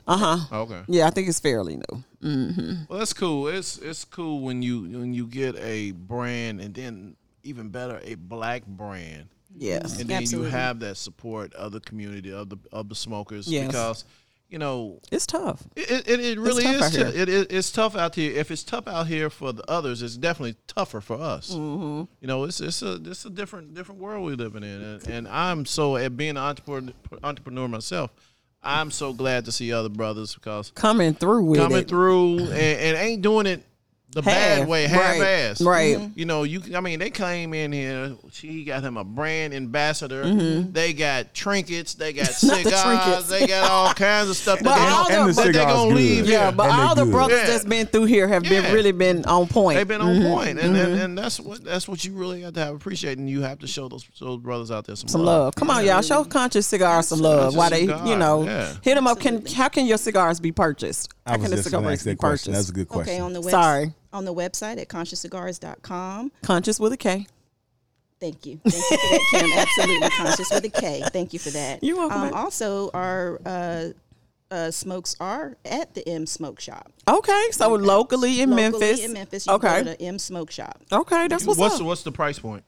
Speaker 2: Uh huh. Okay.
Speaker 3: Uh-huh. yeah I think it's fairly new
Speaker 2: Well, that's cool. It's it's cool when you when you get a brand, and then even better, a black brand,
Speaker 3: yes
Speaker 2: and then
Speaker 6: Absolutely.
Speaker 2: you have that support of the community of the of the smokers
Speaker 3: Yes.
Speaker 2: because you know
Speaker 3: it's tough
Speaker 2: It, it, it really
Speaker 3: tough
Speaker 2: is.
Speaker 3: out
Speaker 2: tou-
Speaker 3: here.
Speaker 2: it, it, it's tough out here. If it's tough out here for the others, it's definitely tougher for us. Mm-hmm. You know, it's it's a it's a different different world we're living in, and, and I'm so at being an entrepreneur entrepreneur myself, I'm so glad to see other brothers because
Speaker 3: coming through with
Speaker 2: coming
Speaker 3: it.
Speaker 2: through and, and ain't doing it the
Speaker 3: Half,
Speaker 2: bad way,
Speaker 3: right,
Speaker 2: half ass.
Speaker 3: right.
Speaker 2: You know, you I mean, they came in here, she got him a brand ambassador. They got trinkets, they got
Speaker 3: Mm-hmm. Not the
Speaker 2: cigars,
Speaker 3: trinkets.
Speaker 2: they got all kinds of stuff
Speaker 3: But
Speaker 2: that they
Speaker 3: all
Speaker 2: don't-
Speaker 3: the-
Speaker 2: that they gonna leave.
Speaker 3: Yeah, but
Speaker 4: And they
Speaker 3: all the
Speaker 4: good.
Speaker 3: brothers
Speaker 2: Yeah.
Speaker 3: that's been through here have
Speaker 2: Yeah.
Speaker 3: been really been on point.
Speaker 2: They've been on point, and,
Speaker 3: Mm-hmm.
Speaker 2: and and that's what that's what you really have to have appreciate, and you have to show those those brothers out there some,
Speaker 3: some love. Come on, y'all, show Conscious Cigars some love.
Speaker 2: Conscious
Speaker 3: Why they,
Speaker 2: Cigar,
Speaker 3: you know,
Speaker 2: yeah.
Speaker 3: hit them up. Can how can your cigars be purchased?
Speaker 4: I
Speaker 3: how
Speaker 4: was
Speaker 3: can the
Speaker 4: just going to ask that question. That's a good question.
Speaker 6: Okay, on the web-
Speaker 3: Sorry.
Speaker 6: on the website at consciouscigars.com.
Speaker 3: Conscious with a K.
Speaker 6: Thank you. Thank you for that, Kim. Absolutely conscious with a K. Thank you for that.
Speaker 3: You're welcome,
Speaker 6: Um,
Speaker 3: babe.
Speaker 6: also, our uh, uh, smokes are at the M Smoke Shop.
Speaker 3: Okay, so locally in
Speaker 6: Locally
Speaker 3: Memphis.
Speaker 6: In Memphis, you
Speaker 3: Okay.
Speaker 6: okay. go to M Smoke Shop.
Speaker 3: okay, that's what's,
Speaker 2: what's
Speaker 3: up.
Speaker 2: what's the price point?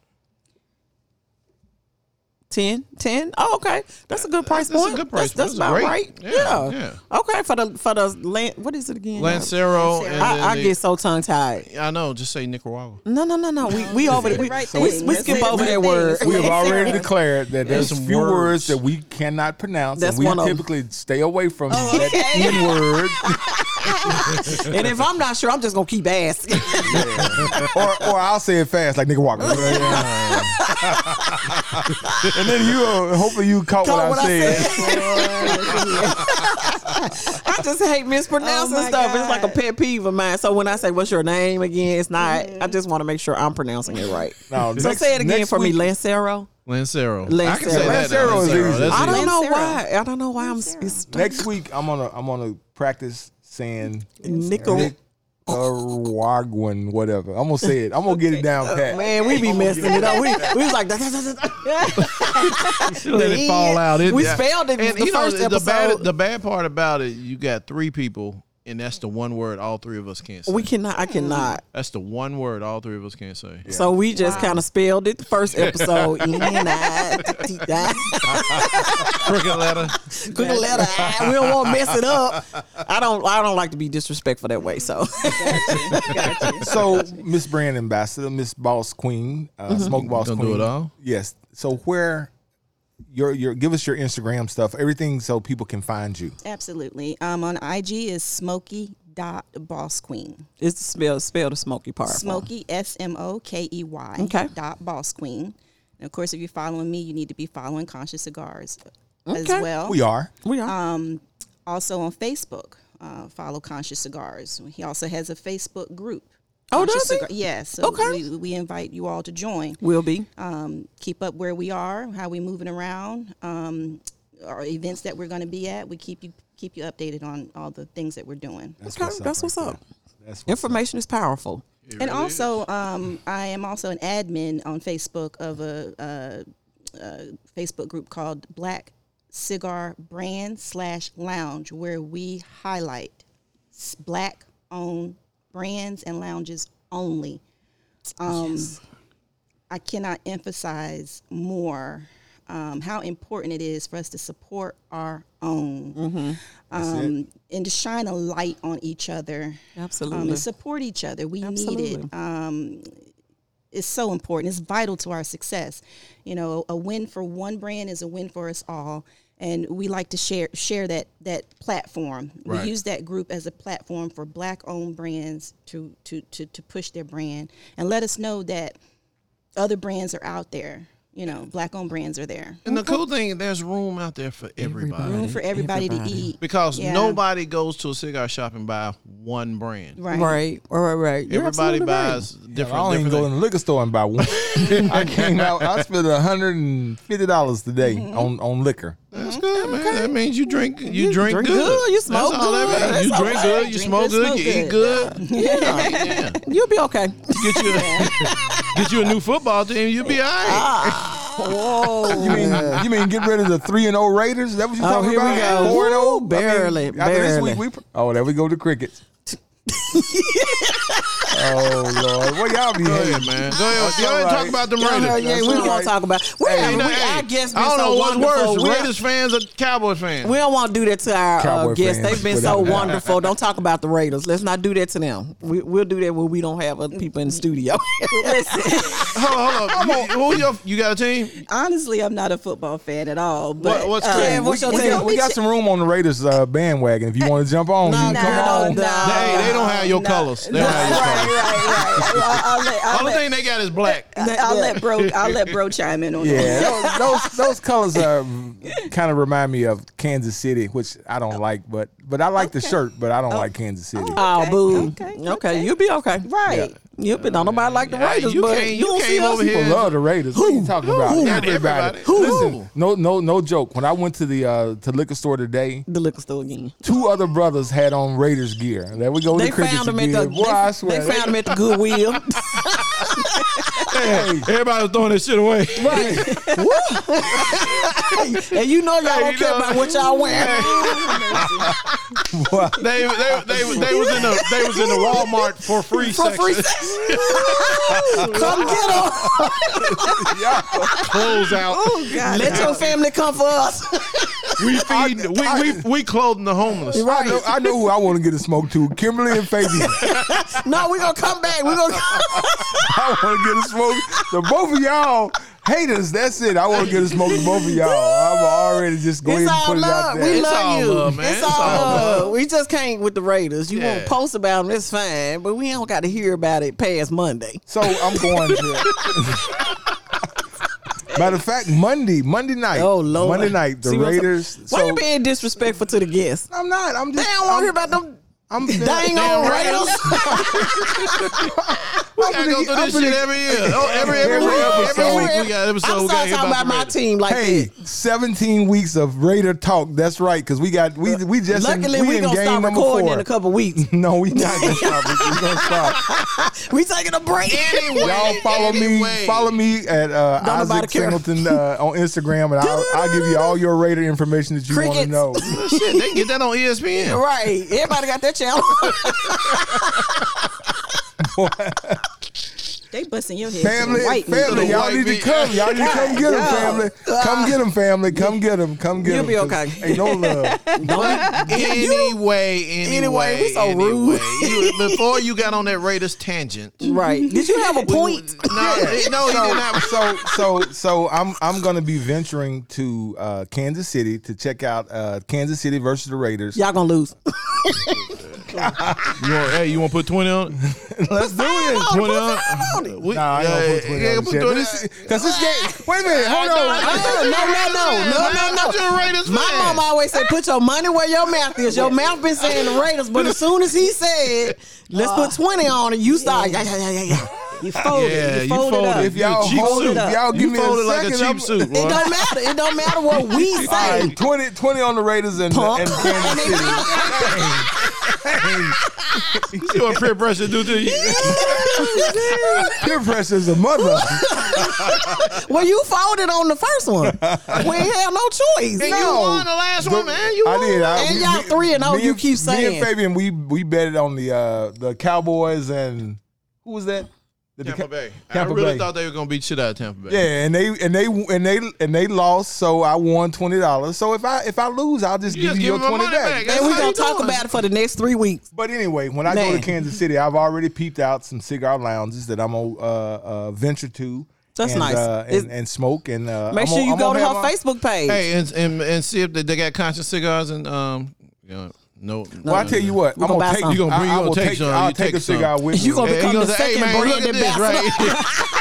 Speaker 3: 10 10 oh okay that's a good price
Speaker 2: That's a
Speaker 3: point
Speaker 2: good price
Speaker 3: that's, that's
Speaker 2: point.
Speaker 3: about
Speaker 2: That's
Speaker 3: right
Speaker 2: great.
Speaker 3: yeah.
Speaker 2: Yeah,
Speaker 3: okay for the for the land, what is it again
Speaker 2: Lancero, and
Speaker 3: I,
Speaker 2: then
Speaker 3: I
Speaker 2: the-
Speaker 3: get so tongue tied
Speaker 2: I know. Just say Nicaragua.
Speaker 3: No, no, no, no. We we over
Speaker 6: the
Speaker 3: we,
Speaker 6: right
Speaker 3: we,
Speaker 6: thing.
Speaker 3: we
Speaker 6: Let's
Speaker 3: skip
Speaker 6: say the
Speaker 3: over
Speaker 6: right
Speaker 3: that
Speaker 6: thing.
Speaker 3: word.
Speaker 4: We have already
Speaker 6: Sarah.
Speaker 4: declared that there's
Speaker 2: There's some
Speaker 4: few words
Speaker 2: words.
Speaker 4: that we cannot pronounce,
Speaker 3: That's
Speaker 4: and we
Speaker 3: one of Oh, 'em.
Speaker 4: typically stay away from that N word.
Speaker 3: and if I'm not sure, I'm just gonna keep asking.
Speaker 4: or, or I'll say it fast, like nigga walk. and then you, uh, hopefully, you caught,
Speaker 3: Caught
Speaker 4: what,
Speaker 3: what
Speaker 4: I,
Speaker 3: I
Speaker 4: said.
Speaker 3: I just hate mispronouncing
Speaker 6: Oh, my
Speaker 3: stuff. It's like a
Speaker 6: God.
Speaker 3: pet peeve of mine. So when I say what's your name again, it's not.
Speaker 6: Mm.
Speaker 3: I just want to make sure I'm pronouncing it right.
Speaker 4: No,
Speaker 3: so
Speaker 4: next-
Speaker 3: say it again
Speaker 4: next
Speaker 3: for
Speaker 4: week-
Speaker 3: me, Lancero.
Speaker 2: Lancero. I can
Speaker 3: Lancero.
Speaker 2: say that. now,
Speaker 4: Lancero is easy.
Speaker 2: That's
Speaker 3: I don't know
Speaker 6: Lancero.
Speaker 3: why. I don't know why I'm. It's
Speaker 4: Next week, I'm gonna I'm gonna practice saying
Speaker 3: Nickel.
Speaker 4: Nicaraguan, whatever. I'm gonna say it. I'm gonna get it down pat.
Speaker 3: Oh, Man, we be messing it up. We we was like,
Speaker 2: Let it fall out. It-
Speaker 3: we
Speaker 2: yeah.
Speaker 3: spelled it
Speaker 2: And
Speaker 3: the
Speaker 2: you know,
Speaker 3: first
Speaker 2: the bad,
Speaker 3: episode.
Speaker 2: the bad part about it, you got three people, and that's the one word all three of us can't say.
Speaker 3: we cannot. I cannot.
Speaker 2: that's the one word all three of us can't say.
Speaker 3: So we just kind of spelled it the first episode.
Speaker 2: Crooked letter.
Speaker 3: Quick letter. Ah, We don't want to mess it up. I don't. I don't like to be disrespectful that way. So
Speaker 4: So, Miss Brand Ambassador, Miss Boss Queen, uh,
Speaker 3: Mm-hmm.
Speaker 4: Smoke Boss
Speaker 2: Gonna do
Speaker 4: Queen.
Speaker 2: it all?
Speaker 4: Yes. So where your your give us your Instagram stuff, everything, so people can find you.
Speaker 6: Absolutely. Um, on IG is Smoky dot boss queen
Speaker 3: it's spell spell the smoky part. for 'em.
Speaker 6: smoky s-m-o-k-e-y
Speaker 3: Okay.
Speaker 6: E dot boss queen and of course if you're following me you need to be following conscious cigars as
Speaker 3: Okay.
Speaker 6: well
Speaker 4: We are.
Speaker 3: We are.
Speaker 6: also on facebook uh, follow conscious cigars he also has a facebook group
Speaker 3: Oh,
Speaker 6: Conscious
Speaker 3: does he?
Speaker 6: Cigar- yes so
Speaker 3: Okay.
Speaker 6: we, we invite you all to join
Speaker 3: Will be.
Speaker 6: um, keep up where we are, how we moving around, um, our events that we're going to be at. We keep you keep you updated on all the things that we're doing.
Speaker 3: Okay, that's what's up.
Speaker 4: That's what's
Speaker 3: Information is powerful.
Speaker 6: and also, um, I am also an admin on Facebook of a, a, a Facebook group called Black Cigar Brand Slash Lounge, where we highlight s- black owned brands and lounges only. Um, I cannot emphasize more um, how important it is for us to support our own um, and to shine a light on each other. Um,
Speaker 3: Absolutely.
Speaker 6: and support each other. We need
Speaker 3: Absolutely.
Speaker 6: it. Um, it's so important. It's vital to our success. You know, a win for one brand is a win for us all, and we like to share share that that platform.
Speaker 2: Right.
Speaker 6: We use that group as a platform for Black-owned brands to to to to push their brand and let us know that other brands are out there. You know, Black-owned brands are there.
Speaker 2: And the cool thing, there's room out there for everybody.
Speaker 6: Room for everybody, to
Speaker 3: Everybody.
Speaker 6: eat.
Speaker 2: Because
Speaker 6: Yeah.
Speaker 2: nobody goes to a cigar shop and buy one brand.
Speaker 6: Right.
Speaker 3: Right. All right. Right. You're
Speaker 2: Everybody
Speaker 3: absolutely right.
Speaker 2: buys different.
Speaker 4: I don't even
Speaker 2: different
Speaker 4: go in the liquor store and buy one. I came out. I spent hundred and fifty dollars today
Speaker 3: Mm-hmm.
Speaker 4: on on liquor.
Speaker 2: That's good, man. That means you drink. You, drink,
Speaker 3: drink
Speaker 2: good.
Speaker 3: good, you smoke
Speaker 2: That's all that
Speaker 3: good.
Speaker 2: means.
Speaker 3: That's
Speaker 2: You
Speaker 3: all
Speaker 2: drink
Speaker 3: right.
Speaker 2: good. You
Speaker 6: Drink
Speaker 2: smoke
Speaker 6: good,
Speaker 2: good.
Speaker 6: smoke
Speaker 2: You eat
Speaker 6: good.
Speaker 2: good. Yeah. yeah.
Speaker 3: You'll be okay.
Speaker 2: Get you a, get you a new football team. You'll be all right.
Speaker 3: Whoa.
Speaker 4: You mean you mean get rid of the three and O Raiders? Is that what you
Speaker 3: Oh,
Speaker 4: talking
Speaker 3: here we
Speaker 4: about?
Speaker 3: go.
Speaker 4: Four and
Speaker 3: Woo,
Speaker 4: O.
Speaker 3: barely,
Speaker 4: I mean, after this
Speaker 3: barely.
Speaker 4: week we pr- oh, there we go to crickets. oh Lord, what y'all be
Speaker 2: Go
Speaker 4: hating?
Speaker 2: ahead, man. Go ahead. Y'all ain't
Speaker 4: all
Speaker 2: talk
Speaker 4: right.
Speaker 2: about them
Speaker 3: Y'all know,
Speaker 2: Raiders.
Speaker 3: yeah, we
Speaker 4: all
Speaker 3: gonna
Speaker 4: right.
Speaker 3: talk about. We're,
Speaker 2: You
Speaker 3: we,
Speaker 2: know,
Speaker 3: our
Speaker 2: hey,
Speaker 3: guests been
Speaker 2: I don't
Speaker 3: so
Speaker 2: know what's
Speaker 3: wonderful.
Speaker 2: worse,
Speaker 3: We-
Speaker 2: Raiders fans or Cowboy fans.
Speaker 3: We don't want to do that to our uh,
Speaker 4: Cowboy
Speaker 3: guests.
Speaker 4: fans,
Speaker 3: They've been so
Speaker 4: without a doubt.
Speaker 3: wonderful. Don't talk about the Raiders. Let's not do that to them. We, we'll do that when we don't have other people in the studio.
Speaker 2: hold on, hold on. You, who your, you got a team?
Speaker 6: Honestly, I'm not a football fan at all. But
Speaker 2: what's
Speaker 6: uh,
Speaker 2: Craig?
Speaker 3: Yeah, what's your
Speaker 6: we-
Speaker 4: We
Speaker 3: team?
Speaker 4: got, we got some room on the Raiders uh, bandwagon. If you want to jump on, you can
Speaker 3: no,
Speaker 4: come
Speaker 3: no,
Speaker 4: on.
Speaker 3: no.
Speaker 2: hey, they don't have your colors. They don't have your colors.
Speaker 6: right, right, right. I'll, I'll let, I'll
Speaker 2: Only
Speaker 6: let-
Speaker 2: thing they got is black.
Speaker 6: I'll let bro. I'll let bro chime in on
Speaker 4: Yeah,
Speaker 6: that.
Speaker 4: tho- those those colors are kind of remind me of Kansas City, which I don't like, but but I like the shirt, but I don't like Kansas City.
Speaker 3: oh,
Speaker 6: Okay,
Speaker 3: boo.
Speaker 6: okay,
Speaker 3: Okay,
Speaker 6: okay.
Speaker 3: you'll be okay.
Speaker 6: Right.
Speaker 3: You'll be. Don't nobody like the
Speaker 2: Yeah,
Speaker 3: Raiders,
Speaker 2: you
Speaker 3: but
Speaker 2: came-
Speaker 3: you
Speaker 2: you
Speaker 3: don't see
Speaker 2: came
Speaker 3: us.
Speaker 2: over here.
Speaker 4: People Oh, love the Raiders. What are you talking about?
Speaker 2: Who? Everybody. Who?
Speaker 4: Listen, no no no joke. When I went to the uh, to liquor store today,
Speaker 3: The liquor store again.
Speaker 4: two other brothers had on Raiders gear. There we go. with
Speaker 3: They
Speaker 4: the crickets
Speaker 3: found them at
Speaker 4: again.
Speaker 3: the.
Speaker 4: Boy, I
Speaker 3: They,
Speaker 4: swear.
Speaker 3: they found them at the Goodwill.
Speaker 2: Everybody was throwing that shit away.
Speaker 4: Right.
Speaker 3: and you know y'all
Speaker 2: Hey,
Speaker 3: don't
Speaker 2: you
Speaker 3: care
Speaker 2: know-
Speaker 3: about what y'all wear.
Speaker 4: Boy,
Speaker 2: They, they, they, they was in the they was in the Walmart for free
Speaker 3: For
Speaker 2: section.
Speaker 3: free sex. come get them.
Speaker 2: Clothes out.
Speaker 6: Oh God.
Speaker 3: Let your family come for us.
Speaker 2: We feed we, we we clothing the homeless.
Speaker 4: I, know, I know who I want to get a smoke to. Kimberly and Fabian.
Speaker 3: no, we're going to come back. We're going to
Speaker 4: I want to get a smoke. The both of y'all haters. That's it. I want to get a smoke to both of y'all. I'm already just going
Speaker 3: It's
Speaker 4: to
Speaker 3: all
Speaker 4: put
Speaker 3: love.
Speaker 4: it out
Speaker 3: We
Speaker 4: there.
Speaker 2: It's all
Speaker 3: love you.
Speaker 2: love, man.
Speaker 3: It's,
Speaker 2: It's
Speaker 3: all,
Speaker 2: all
Speaker 3: love. We just can't with the Raiders. You
Speaker 2: Yeah.
Speaker 3: want to post about them, it's fine, but we don't got to hear about it past Monday.
Speaker 4: so I'm going to. Matter of fact, Monday, Monday night.
Speaker 3: Oh Lord,
Speaker 4: Monday night, the
Speaker 3: See what I'm
Speaker 4: Raiders.
Speaker 3: saying?
Speaker 4: So,
Speaker 3: Why you being disrespectful to the guests?
Speaker 4: I'm not. I'm
Speaker 3: They
Speaker 4: just.
Speaker 3: don't want to
Speaker 4: I'm,
Speaker 3: hear about them.
Speaker 2: Um,
Speaker 4: I'm
Speaker 3: Dang
Speaker 2: Damn
Speaker 3: on
Speaker 2: Raiders.
Speaker 3: Raiders.
Speaker 2: We gotta go through this shit every year. Oh, every every,
Speaker 4: Every
Speaker 2: week, every,
Speaker 4: episode.
Speaker 2: week we got an episode.
Speaker 3: I'm
Speaker 2: we gotta
Speaker 3: sorry
Speaker 2: hear
Speaker 3: talking about
Speaker 2: the
Speaker 3: my
Speaker 2: Raiders.
Speaker 3: team like
Speaker 4: Hey,
Speaker 3: that.
Speaker 4: 17 weeks of Raider talk. That's right, because we got we we just in-
Speaker 3: Luckily, we
Speaker 4: in
Speaker 3: gonna
Speaker 4: game
Speaker 3: stop
Speaker 4: number
Speaker 3: recording
Speaker 4: four.
Speaker 3: in a couple weeks.
Speaker 4: No, we not gonna stop. We gonna stop.
Speaker 3: we taking a break.
Speaker 2: Anyway,
Speaker 4: Y'all follow
Speaker 2: anyway.
Speaker 4: me. Follow me at uh,
Speaker 3: Don't nobody
Speaker 4: Isaac
Speaker 3: care.
Speaker 4: Singleton uh, on Instagram, and I'll, I'll give you all your Raider information that you want to
Speaker 3: Crickets.
Speaker 4: know.
Speaker 2: Shit, they can get that on E ESPN.
Speaker 3: Right, everybody got their channel.
Speaker 6: They busting your head. to the
Speaker 4: Family,
Speaker 6: white
Speaker 4: family,
Speaker 6: meat.
Speaker 2: meat.
Speaker 4: y'all need to come. Y'all need to come get them, family. Come get them, family. Come get them. Come get
Speaker 3: Ah. You'll
Speaker 4: them.
Speaker 3: be okay.
Speaker 4: Ain't no love.
Speaker 2: Anyway,
Speaker 3: Anyway,
Speaker 2: anyway,
Speaker 3: we so rude.
Speaker 2: anyway. You- before you got on that Raiders tangent,
Speaker 3: right? Did you have a point?
Speaker 2: No, it- no, he
Speaker 4: so,
Speaker 2: didn't have.
Speaker 4: so so so I'm I'm gonna be venturing to uh, Kansas City to check out uh, Kansas City versus the Raiders.
Speaker 3: Y'all gonna lose.
Speaker 2: You want, hey, you want to put twenty on? it?
Speaker 4: Let's do it.
Speaker 2: Twenty on? it? We-
Speaker 4: Nah, I ain't gonna put
Speaker 2: yeah,
Speaker 4: Twitter
Speaker 2: yeah,
Speaker 4: on
Speaker 2: put
Speaker 4: the
Speaker 2: Twitter-
Speaker 4: chat. Because this game. Wait a minute. Hold on.
Speaker 3: No, no, no, no, no, no, no.
Speaker 2: I'm just a Raiders
Speaker 3: My
Speaker 2: fan.
Speaker 3: mama always said, "Put your money where your mouth is." Your mouth been saying the Raiders, but as soon as he said, "Let's put twenty on it," you start. Yeah, yeah, yeah, yeah, yeah.
Speaker 6: You fold
Speaker 2: Yeah,
Speaker 6: it.
Speaker 2: you
Speaker 6: You fold it
Speaker 2: fold
Speaker 6: up.
Speaker 2: it.
Speaker 4: If y'all
Speaker 2: You a cheap
Speaker 4: hold it,
Speaker 2: suit.
Speaker 4: if y'all
Speaker 2: You
Speaker 4: give me
Speaker 2: fold
Speaker 4: a
Speaker 2: it like a
Speaker 4: second,
Speaker 2: cheap
Speaker 4: I'm-
Speaker 2: suit.
Speaker 3: It
Speaker 2: boy.
Speaker 3: don't matter. It don't matter what we say.
Speaker 4: All right, 20, 20 on the Raiders and,
Speaker 3: Punk.
Speaker 4: and Kansas City.
Speaker 2: You see what peer pressure do to you?
Speaker 4: Peer pressure is a mother.
Speaker 3: Well, you folded on the first one. We ain't had no choice.
Speaker 2: And
Speaker 3: No.
Speaker 2: you won the last one, man. You
Speaker 4: I
Speaker 2: won.
Speaker 4: did. I,
Speaker 3: And y'all three and oh,
Speaker 4: me
Speaker 3: you keep
Speaker 4: Me
Speaker 3: saying.
Speaker 4: and Fabian, we we betted on the uh, the Cowboys and who was that? The
Speaker 2: Tampa
Speaker 4: Deca-
Speaker 2: Bay.
Speaker 4: Tampa
Speaker 2: I really
Speaker 4: Bay.
Speaker 2: thought they were gonna beat shit out of Tampa Bay.
Speaker 4: Yeah, and they and they and they and they lost, so I won twenty dollars. So if I if I lose, I'll just
Speaker 2: You
Speaker 4: give
Speaker 2: just
Speaker 4: you
Speaker 2: give
Speaker 4: your
Speaker 2: me my
Speaker 4: twenty
Speaker 2: money
Speaker 4: back.
Speaker 2: back.
Speaker 3: And we're
Speaker 2: How
Speaker 3: going
Speaker 2: you
Speaker 3: to talk
Speaker 2: doing?
Speaker 3: about it for the next three weeks.
Speaker 4: But anyway, when I go to
Speaker 3: Man.
Speaker 4: Kansas City, I've already peeped out some cigar lounges that I'm gonna uh, uh, venture to.
Speaker 3: That's
Speaker 4: and,
Speaker 3: nice.
Speaker 4: Uh, and,
Speaker 3: It's-
Speaker 4: and smoke and uh,
Speaker 3: Make
Speaker 4: I'm
Speaker 3: sure
Speaker 4: gonna-
Speaker 3: you
Speaker 4: I'm
Speaker 3: go to
Speaker 4: gonna
Speaker 3: her
Speaker 4: have my-
Speaker 3: Facebook page.
Speaker 2: Hey, and and, and see if they, they got conscious cigars and um, you know, no.
Speaker 4: Well, I tell you what,
Speaker 3: We
Speaker 4: I'm
Speaker 3: gonna
Speaker 4: gonna
Speaker 3: buy
Speaker 4: take
Speaker 3: some.
Speaker 2: You gonna bring-
Speaker 4: I- I
Speaker 2: you gonna
Speaker 4: will
Speaker 2: take some.
Speaker 4: I'll
Speaker 2: You
Speaker 4: take a
Speaker 2: take some.
Speaker 4: cigar with
Speaker 3: You
Speaker 4: me.
Speaker 3: gonna
Speaker 2: And
Speaker 3: become
Speaker 2: he
Speaker 3: the
Speaker 2: goes, "Hey,
Speaker 3: second
Speaker 2: man, look
Speaker 3: brand
Speaker 2: at this
Speaker 3: ambassador.
Speaker 2: right here.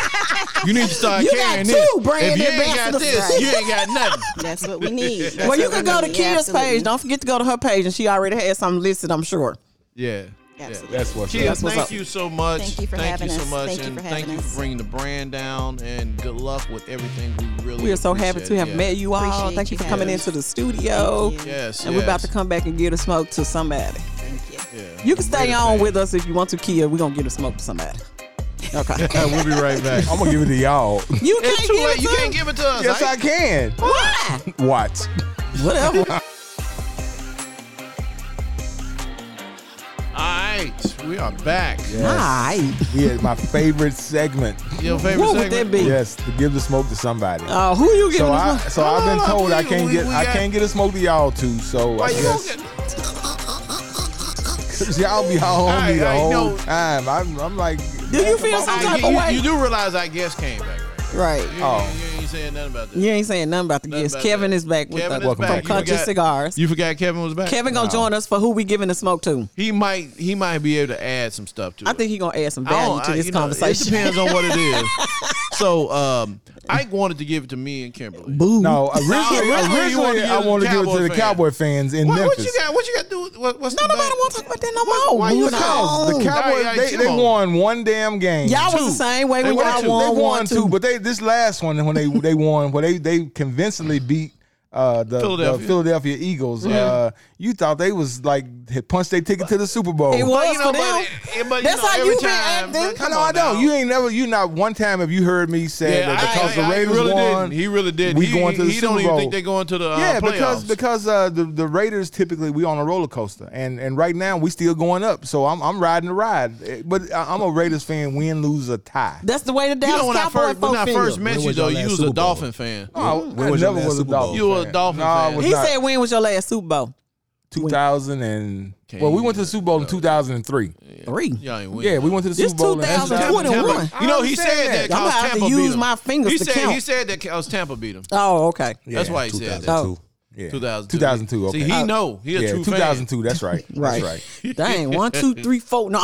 Speaker 2: You need to start
Speaker 3: You got
Speaker 2: carrying
Speaker 3: two
Speaker 2: this. if
Speaker 3: brand
Speaker 2: you ain't got
Speaker 3: ambassadors,
Speaker 2: this,
Speaker 3: right.
Speaker 2: you ain't got nothing.
Speaker 6: That's what we need. That's
Speaker 3: well, you
Speaker 6: what
Speaker 3: can
Speaker 6: we
Speaker 3: go to
Speaker 6: need.
Speaker 3: Kia's
Speaker 6: Absolutely.
Speaker 3: page. Don't forget to go to her page, and she already has something listed, I'm sure.
Speaker 2: Yeah.
Speaker 6: Absolutely.
Speaker 4: That's what's
Speaker 2: Kia,
Speaker 4: up.
Speaker 3: what's
Speaker 2: thank
Speaker 3: up.
Speaker 2: you so much.
Speaker 6: Thank you for having
Speaker 2: so
Speaker 6: us.
Speaker 2: much,
Speaker 6: Thank you
Speaker 2: and
Speaker 6: for
Speaker 2: thank
Speaker 6: having
Speaker 2: you
Speaker 6: us.
Speaker 2: for bringing the brand down. And good luck with everything. We really
Speaker 3: We are so happy
Speaker 2: appreciate
Speaker 3: to
Speaker 2: it.
Speaker 3: have
Speaker 2: Yeah.
Speaker 3: met you all.
Speaker 6: Appreciate
Speaker 3: Thank you, for
Speaker 6: you
Speaker 3: coming
Speaker 6: guys.
Speaker 3: into the studio.
Speaker 6: Thank you.
Speaker 2: Yes,
Speaker 3: And we're about
Speaker 2: yes.
Speaker 3: to come back and give a smoke to somebody.
Speaker 6: Thank you.
Speaker 2: Yeah.
Speaker 3: You can stay
Speaker 2: Great
Speaker 3: on
Speaker 2: thing.
Speaker 3: with us if you want to, Kia. We're going to give a smoke to somebody. Okay.
Speaker 2: Yeah, we'll be right back.
Speaker 4: I'm gonna give it to y'all.
Speaker 3: you can't
Speaker 2: it's too
Speaker 3: give
Speaker 2: late.
Speaker 3: it
Speaker 2: You
Speaker 3: to
Speaker 2: can't give it to us.
Speaker 4: yes,
Speaker 2: I-
Speaker 4: I can.
Speaker 3: Why?
Speaker 4: Watch.
Speaker 3: Whatever.
Speaker 2: All right, we are back.
Speaker 3: Hi.
Speaker 4: Yeah, my favorite segment.
Speaker 2: Your favorite
Speaker 3: What would
Speaker 2: segment?
Speaker 3: that be?
Speaker 4: Yes, to give the smoke to somebody.
Speaker 3: Uh, who you giving
Speaker 4: so
Speaker 3: this
Speaker 4: I
Speaker 3: one?
Speaker 4: so I've been
Speaker 2: Hold on,
Speaker 4: told I
Speaker 2: please,
Speaker 4: can't
Speaker 2: we-
Speaker 4: get
Speaker 2: we
Speaker 4: I
Speaker 2: got-
Speaker 4: can't get a smoke to y'all too. So
Speaker 2: Why
Speaker 4: I
Speaker 2: you gonna
Speaker 4: guess
Speaker 2: get?
Speaker 4: y'all be all on me
Speaker 2: I-
Speaker 4: the
Speaker 2: I
Speaker 4: whole
Speaker 2: know.
Speaker 4: time. I'm, I'm like,
Speaker 3: Do you feel some
Speaker 2: I,
Speaker 3: type
Speaker 2: you,
Speaker 3: of way?
Speaker 2: you do realize I guess came back. Right?
Speaker 3: Right.
Speaker 2: You,
Speaker 4: Oh.
Speaker 2: you, you ain't saying nothing about that.
Speaker 3: You ain't saying nothing about the
Speaker 2: Nothing
Speaker 3: guests.
Speaker 2: about
Speaker 3: Kevin
Speaker 2: that.
Speaker 3: is back with
Speaker 2: Kevin
Speaker 3: us
Speaker 2: is
Speaker 4: Welcome
Speaker 2: back.
Speaker 4: back.
Speaker 3: from
Speaker 2: You
Speaker 3: Country
Speaker 2: forgot-
Speaker 3: Cigars.
Speaker 2: You forgot Kevin was back.
Speaker 3: Kevin gonna join us for who we giving the smoke to.
Speaker 2: He might. He might be able to add some stuff to
Speaker 3: I
Speaker 2: it.
Speaker 3: think he gonna add some
Speaker 2: I don't-
Speaker 3: value to
Speaker 2: I-
Speaker 3: this
Speaker 2: you know,
Speaker 3: conversation.
Speaker 2: It depends on what it is. so um, Ike wanted to give it to me and Kimberly.
Speaker 3: Boo.
Speaker 4: no.
Speaker 2: originally
Speaker 4: Originally,
Speaker 2: you wanted to
Speaker 4: originally
Speaker 2: give
Speaker 4: I
Speaker 2: it to
Speaker 4: want to give it to the
Speaker 2: Cowboy
Speaker 4: Cowboy fans in
Speaker 2: What, what you
Speaker 4: Memphis.
Speaker 2: got? What you got to do? with- What, what's
Speaker 3: Nobody
Speaker 2: the
Speaker 3: want to talk about that no more.
Speaker 2: why you
Speaker 3: Moving
Speaker 2: cause
Speaker 3: on.
Speaker 4: The
Speaker 2: Nah,
Speaker 4: Cowboys
Speaker 2: yeah,
Speaker 4: they,
Speaker 2: come
Speaker 4: they
Speaker 2: on.
Speaker 4: won one damn game.
Speaker 3: Y'all was
Speaker 2: two.
Speaker 3: the same way
Speaker 2: They
Speaker 3: when
Speaker 2: won
Speaker 3: y'all
Speaker 2: two.
Speaker 3: won,
Speaker 4: they won,
Speaker 3: one,
Speaker 4: two,
Speaker 3: two.
Speaker 4: but they this last one when they they won where they they convincingly beat uh, the the Philadelphia,
Speaker 2: Philadelphia.
Speaker 4: Eagles. Uh, you thought they was like had punched their ticket to the Super Bowl.
Speaker 3: It was
Speaker 2: You know,
Speaker 3: for
Speaker 2: but,
Speaker 3: them.
Speaker 2: but, you
Speaker 3: That's
Speaker 2: know,
Speaker 3: how
Speaker 2: every
Speaker 3: you been
Speaker 2: time,
Speaker 3: acting.
Speaker 2: but come
Speaker 4: I know,
Speaker 2: on
Speaker 4: I know.
Speaker 2: now.
Speaker 4: You ain't never. You not one time have you heard me say
Speaker 2: Yeah,
Speaker 4: that
Speaker 2: I-
Speaker 4: because
Speaker 2: I-
Speaker 4: the
Speaker 2: I
Speaker 4: Raiders
Speaker 2: really
Speaker 4: won.
Speaker 2: Didn't. He really did.
Speaker 4: We
Speaker 2: he,
Speaker 4: going to the
Speaker 2: He
Speaker 4: Super
Speaker 2: don't even
Speaker 4: Bowl.
Speaker 2: think they're going to the uh,
Speaker 4: yeah, because
Speaker 2: playoffs.
Speaker 4: because uh, the the Raiders typically we on a roller coaster, and and right now we still going up. So I'm I'm riding the ride. Eh, But I- I'm a Raiders fan. Win, lose, or tie.
Speaker 3: That's the way the
Speaker 2: you
Speaker 3: Dallas
Speaker 2: know when I
Speaker 3: Cowboy
Speaker 2: first when I
Speaker 3: folk feel.
Speaker 2: first met
Speaker 5: When
Speaker 2: you
Speaker 5: was your
Speaker 2: though,
Speaker 5: last
Speaker 2: you was a
Speaker 5: Super Bowl?
Speaker 2: Dolphin fan.
Speaker 4: No, I
Speaker 5: When was your
Speaker 4: never
Speaker 5: last
Speaker 4: was a
Speaker 5: Super Bowl?
Speaker 4: Dolphin.
Speaker 2: You were a
Speaker 4: fan.
Speaker 2: Dolphin
Speaker 4: no, I
Speaker 2: fan.
Speaker 4: was
Speaker 3: He
Speaker 4: not.
Speaker 3: said, "When was your last Super Bowl?
Speaker 4: 2000 and
Speaker 2: Okay,
Speaker 4: well, we went to
Speaker 2: yeah.
Speaker 4: the Super Bowl in 2003.
Speaker 3: Three.
Speaker 2: Y'all ain't winning.
Speaker 4: Yeah, we went to the
Speaker 3: This
Speaker 4: Super Bowl. in
Speaker 3: 2020.
Speaker 4: 2000.
Speaker 3: 21.
Speaker 2: You know, he
Speaker 4: I
Speaker 2: said
Speaker 4: understand
Speaker 2: that
Speaker 4: that.
Speaker 3: I'm
Speaker 2: because
Speaker 3: gonna have to
Speaker 2: Tampa beat
Speaker 3: use
Speaker 2: him.
Speaker 3: my fingers
Speaker 2: he
Speaker 3: to
Speaker 2: said,
Speaker 3: count.
Speaker 2: He said that because Tampa beat him.
Speaker 3: Oh, okay.
Speaker 2: That's why he said that.
Speaker 5: 2002.
Speaker 4: Yeah.
Speaker 2: 2002.
Speaker 4: 2002. Okay.
Speaker 2: See, he know. He a
Speaker 4: yeah,
Speaker 2: true fan.
Speaker 4: 2002. That's right. That's right.
Speaker 3: Dang. One, two, three, four. No.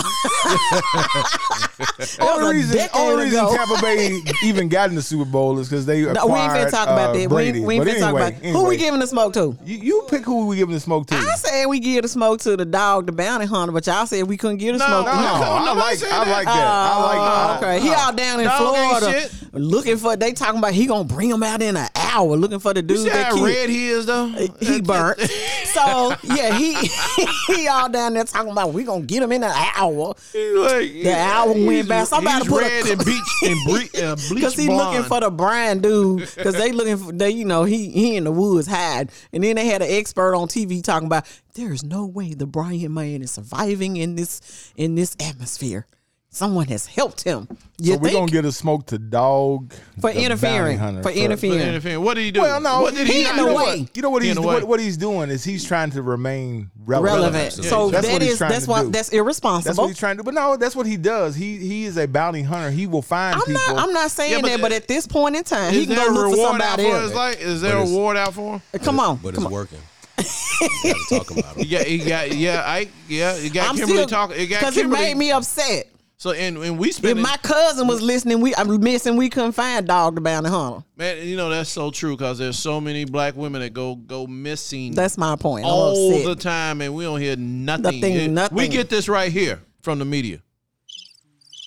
Speaker 3: That was a
Speaker 4: Only reason,
Speaker 3: decade
Speaker 4: only reason
Speaker 3: ago.
Speaker 4: Tampa Bay even got in the Super Bowl is because they
Speaker 3: No, we ain't
Speaker 4: acquired
Speaker 3: finna talk about
Speaker 4: uh,
Speaker 3: that.
Speaker 4: Brady.
Speaker 3: We, ain't- we
Speaker 4: but
Speaker 3: ain't finna
Speaker 4: anyway,
Speaker 3: talk about who we
Speaker 4: anyway,
Speaker 3: giving the smoke to.
Speaker 4: You, you pick who we giving the smoke to.
Speaker 3: I said we give the smoke to the dog, the bounty hunter, but y'all said we couldn't give the
Speaker 2: No,
Speaker 3: smoke.
Speaker 4: no,
Speaker 3: to him.
Speaker 2: nobody
Speaker 4: I like
Speaker 2: said
Speaker 4: I
Speaker 2: that.
Speaker 4: like that. I like
Speaker 3: Oh,
Speaker 4: I-
Speaker 3: okay. He out down in
Speaker 2: Dog ain't
Speaker 3: Florida
Speaker 2: shit.
Speaker 3: looking for. They talking about he gonna bring him out in an hour, looking for the dude
Speaker 2: See
Speaker 3: that
Speaker 2: how
Speaker 3: killed-
Speaker 2: red he is though.
Speaker 3: He burnt. so yeah, he he all down there talking about we gonna get him in an hour.
Speaker 2: He's like,
Speaker 3: The hour went by. Somebody
Speaker 2: he's
Speaker 3: put
Speaker 2: red
Speaker 3: a
Speaker 2: and beach and ble- uh, bleach
Speaker 3: because he
Speaker 2: blonde.
Speaker 3: looking for the Brian dude because they looking for they you know he he in the woods hide and then they had an expert on TV talking about there is no way the Brian man is surviving in this in this atmosphere. Someone has helped him. You
Speaker 4: So we're
Speaker 3: think
Speaker 4: gonna get a smoke to dog
Speaker 3: for
Speaker 4: the bounty
Speaker 3: interfering
Speaker 4: hunter
Speaker 3: for
Speaker 2: But
Speaker 3: interfering.
Speaker 2: interfering. What did he do?
Speaker 4: Well, no,
Speaker 2: what did
Speaker 3: he
Speaker 2: not
Speaker 3: in the
Speaker 2: do?
Speaker 3: way.
Speaker 4: You know what
Speaker 2: He
Speaker 4: he's
Speaker 2: in a way.
Speaker 4: what, what he's doing is he's trying to remain relevant.
Speaker 3: relevant.
Speaker 5: Yeah,
Speaker 3: So
Speaker 4: that's
Speaker 3: that
Speaker 4: what he's
Speaker 3: is
Speaker 4: trying
Speaker 3: that's
Speaker 4: to
Speaker 3: why
Speaker 4: do.
Speaker 3: that's
Speaker 4: That's
Speaker 3: irresponsible.
Speaker 4: what he's trying to do. But no, that's what he does. He he is a bounty hunter. He will find
Speaker 3: I'm
Speaker 4: people.
Speaker 3: not I'm not saying
Speaker 2: Yeah, but
Speaker 3: that, but at this point in time, he
Speaker 2: Is
Speaker 3: can
Speaker 2: there
Speaker 3: go
Speaker 2: a
Speaker 3: look for
Speaker 2: reward out
Speaker 3: somebody
Speaker 2: for his
Speaker 3: else.
Speaker 2: life? Is there a
Speaker 5: But it's-
Speaker 2: reward out for him?
Speaker 3: Come on,
Speaker 5: But
Speaker 3: come
Speaker 5: it's
Speaker 3: on.
Speaker 5: working. You gotta talk about it.
Speaker 2: Yeah, he got yeah, I yeah, it got
Speaker 3: I'm
Speaker 2: Kimberly
Speaker 3: still
Speaker 2: talking. It got
Speaker 3: because it
Speaker 2: Kimberly.
Speaker 3: made me upset.
Speaker 2: so and and we
Speaker 3: If
Speaker 2: spent
Speaker 3: my cousin was listening, we I'm missing. We couldn't find dog the bounty hunter.
Speaker 2: man, you know that's so true because there's so many black women that go go missing
Speaker 3: That's my point. I'm
Speaker 2: all
Speaker 3: upset.
Speaker 2: the time, and we don't hear nothing.
Speaker 3: Nothing,
Speaker 2: It-
Speaker 3: nothing.
Speaker 2: We get this right here from the media. Mm-hmm.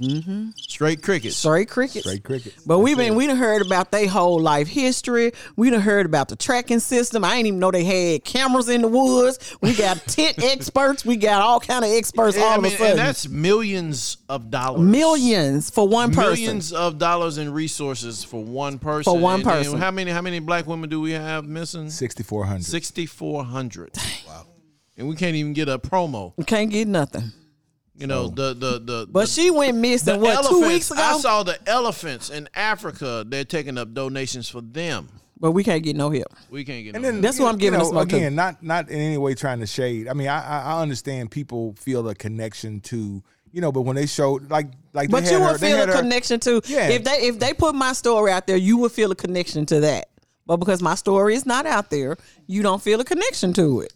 Speaker 3: Mm-hmm.
Speaker 2: Straight crickets.
Speaker 3: Straight crickets.
Speaker 4: Straight cricket.
Speaker 3: But we been we done heard about their whole life history. We done heard about the tracking system. I didn't even know they had cameras in the woods. We got tent experts. We got all kind of experts
Speaker 2: Yeah,
Speaker 3: all
Speaker 2: I
Speaker 3: of
Speaker 2: mean,
Speaker 3: a
Speaker 2: and
Speaker 3: sudden.
Speaker 2: that's millions of dollars.
Speaker 3: Millions for one person.
Speaker 2: Millions of dollars in resources for one person.
Speaker 3: one
Speaker 2: And then
Speaker 3: person.
Speaker 2: how many? How many black women do we have missing?
Speaker 4: Sixty four hundred.
Speaker 2: Sixty four hundred. Wow. And we can't even get a promo.
Speaker 3: Can't get nothing.
Speaker 2: You know the the the. the-
Speaker 3: But she went missing what two
Speaker 2: elephants,
Speaker 3: weeks ago.
Speaker 2: I saw the elephants in Africa. They're taking up donations for them.
Speaker 3: but we can't get no help.
Speaker 2: We can't get.
Speaker 4: And
Speaker 2: no
Speaker 4: then
Speaker 3: That's
Speaker 4: you-
Speaker 3: what I'm
Speaker 4: you
Speaker 3: giving
Speaker 4: know,
Speaker 3: this month, too.
Speaker 4: Again, not not in any way trying to shade. I mean, I I, I understand people feel a connection to you know, but when they showed like like
Speaker 3: But
Speaker 4: they
Speaker 3: you
Speaker 4: had
Speaker 3: would
Speaker 4: her, they
Speaker 3: feel a
Speaker 4: had her-
Speaker 3: connection to
Speaker 4: Yeah.
Speaker 3: if they if they put my story out there, you would feel a connection to that. But because my story is not out there, you don't feel a connection to it.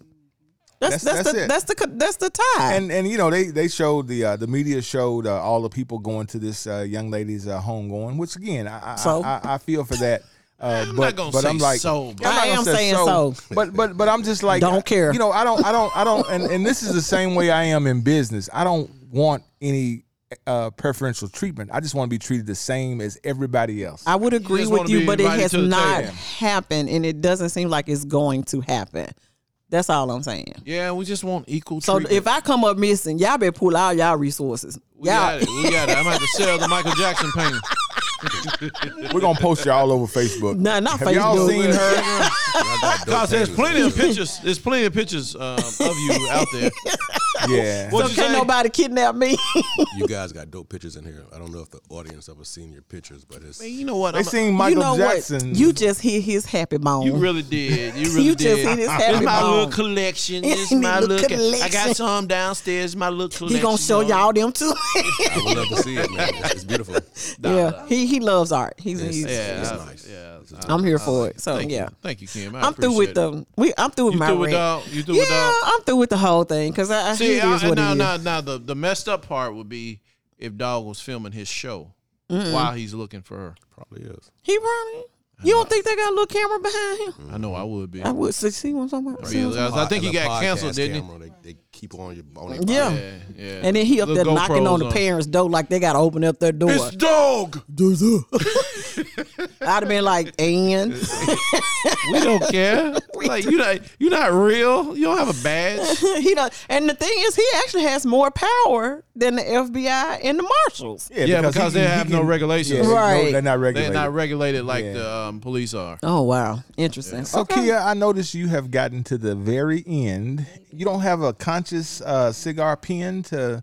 Speaker 3: That's that's,
Speaker 4: That's- that's
Speaker 3: the
Speaker 4: it.
Speaker 3: that's the co- that's the tie.
Speaker 4: and and you know they they showed the uh, the media showed uh, all the people going to this uh, young lady's uh, home going, which again I I,
Speaker 3: So?
Speaker 4: I, I feel for that. Uh,
Speaker 2: I'm
Speaker 4: but
Speaker 2: not gonna
Speaker 4: but
Speaker 2: say
Speaker 4: I'm like
Speaker 2: so, but-
Speaker 4: I'm not
Speaker 3: I
Speaker 4: gonna
Speaker 3: am
Speaker 4: say
Speaker 3: saying so.
Speaker 4: But but but I'm just like
Speaker 3: Don't care.
Speaker 4: You know I don't I don't I don't and, and this is the same way I am in business. I don't want any uh, preferential treatment. I just want to be treated the same as everybody else.
Speaker 3: I would agree
Speaker 2: just
Speaker 3: with
Speaker 2: wanna
Speaker 3: you,
Speaker 2: be
Speaker 3: but it
Speaker 2: invited
Speaker 3: has
Speaker 2: to the
Speaker 3: not
Speaker 2: table.
Speaker 3: happened, and it doesn't seem like it's going to happen. That's all I'm saying.
Speaker 2: yeah, we just want equal.
Speaker 3: So
Speaker 2: treatment.
Speaker 3: if I come up missing, y'all better pull all y'all resources.
Speaker 2: we
Speaker 3: Y'all,
Speaker 2: got it, we got it. I'm about to sell the Michael Jackson painting.
Speaker 4: We're gonna post you all over Facebook.
Speaker 3: Nah, not
Speaker 4: Have Y'all
Speaker 3: Facebook.
Speaker 4: seen her?
Speaker 2: Cause there's plenty of pictures. There's plenty of pictures um, of you out there.
Speaker 4: yeah.
Speaker 2: What'd
Speaker 3: so
Speaker 2: you
Speaker 3: can't
Speaker 2: say?
Speaker 3: nobody kidnap me.
Speaker 5: You guys got dope pictures in here. I don't know if the audience ever seen your pictures, but it's
Speaker 2: Man, you know what?
Speaker 4: They
Speaker 2: I'm-
Speaker 4: seen
Speaker 3: you
Speaker 4: Michael
Speaker 3: know
Speaker 4: Jackson.
Speaker 3: what? You just hit his happy bone.
Speaker 2: You really did. You really
Speaker 3: You just
Speaker 2: did.
Speaker 3: hit
Speaker 2: This
Speaker 3: his happy
Speaker 2: my
Speaker 3: bone.
Speaker 2: little collection. This
Speaker 3: His
Speaker 2: my
Speaker 3: little
Speaker 2: little. co- I
Speaker 3: collection.
Speaker 2: got some downstairs. My little collection.
Speaker 3: he gonna show
Speaker 2: you know.
Speaker 3: y'all them too.
Speaker 5: I would love to see it, man. It's, it's beautiful. It's
Speaker 3: yeah, he he loves art. He's, he's
Speaker 2: Yeah,
Speaker 5: it's
Speaker 2: I-
Speaker 5: nice.
Speaker 2: Yeah, I-
Speaker 3: I'm here for it. So
Speaker 2: Uh, thank
Speaker 3: yeah,
Speaker 2: you. thank you, Kim. I
Speaker 3: I'm through with
Speaker 2: appreciate it.
Speaker 3: the we. I'm through with
Speaker 2: You
Speaker 3: my
Speaker 2: through with
Speaker 3: rant.
Speaker 2: dog? You through
Speaker 3: yeah,
Speaker 2: with dog?
Speaker 3: I'm through with the whole thing because I, I
Speaker 2: See,
Speaker 3: it is
Speaker 2: I,
Speaker 3: what
Speaker 2: now,
Speaker 3: it is.
Speaker 2: now, now, the the messed up part would be if Dog was filming his show while he's looking for her.
Speaker 5: probably is.
Speaker 3: He running. You don't think they got a little camera behind him?
Speaker 2: I know I would be.
Speaker 3: I would see, see what I'm talking about. See
Speaker 2: Oh, Yeah,
Speaker 3: what I'm talking about?
Speaker 2: I think he
Speaker 5: And the
Speaker 2: got
Speaker 5: podcast
Speaker 2: canceled, didn't he?
Speaker 5: camera, They, they keep on your on their
Speaker 3: Yeah.
Speaker 2: oh,
Speaker 5: podcast.
Speaker 2: Yeah, yeah.
Speaker 3: And then he up there
Speaker 2: Little
Speaker 3: knocking
Speaker 2: GoPros
Speaker 3: on the parents' door like they got to open up their door.
Speaker 2: It's Dog.
Speaker 3: I'd have been like, and
Speaker 2: We don't care. like you not you not real. You don't have a badge.
Speaker 3: he does. And the thing is, he actually has more power than the FBI and the marshals.
Speaker 2: Yeah, because
Speaker 4: he-
Speaker 2: they
Speaker 4: he
Speaker 2: have no
Speaker 4: can-
Speaker 2: regulations.
Speaker 4: no,
Speaker 3: Right.
Speaker 4: they're not
Speaker 2: They're
Speaker 4: regulated.
Speaker 2: not regulated like
Speaker 4: Yeah.
Speaker 2: the um, police are.
Speaker 3: Oh wow, interesting.
Speaker 4: so, Kia, I noticed you have gotten to the very end. You don't have a conscious uh, cigar pen to.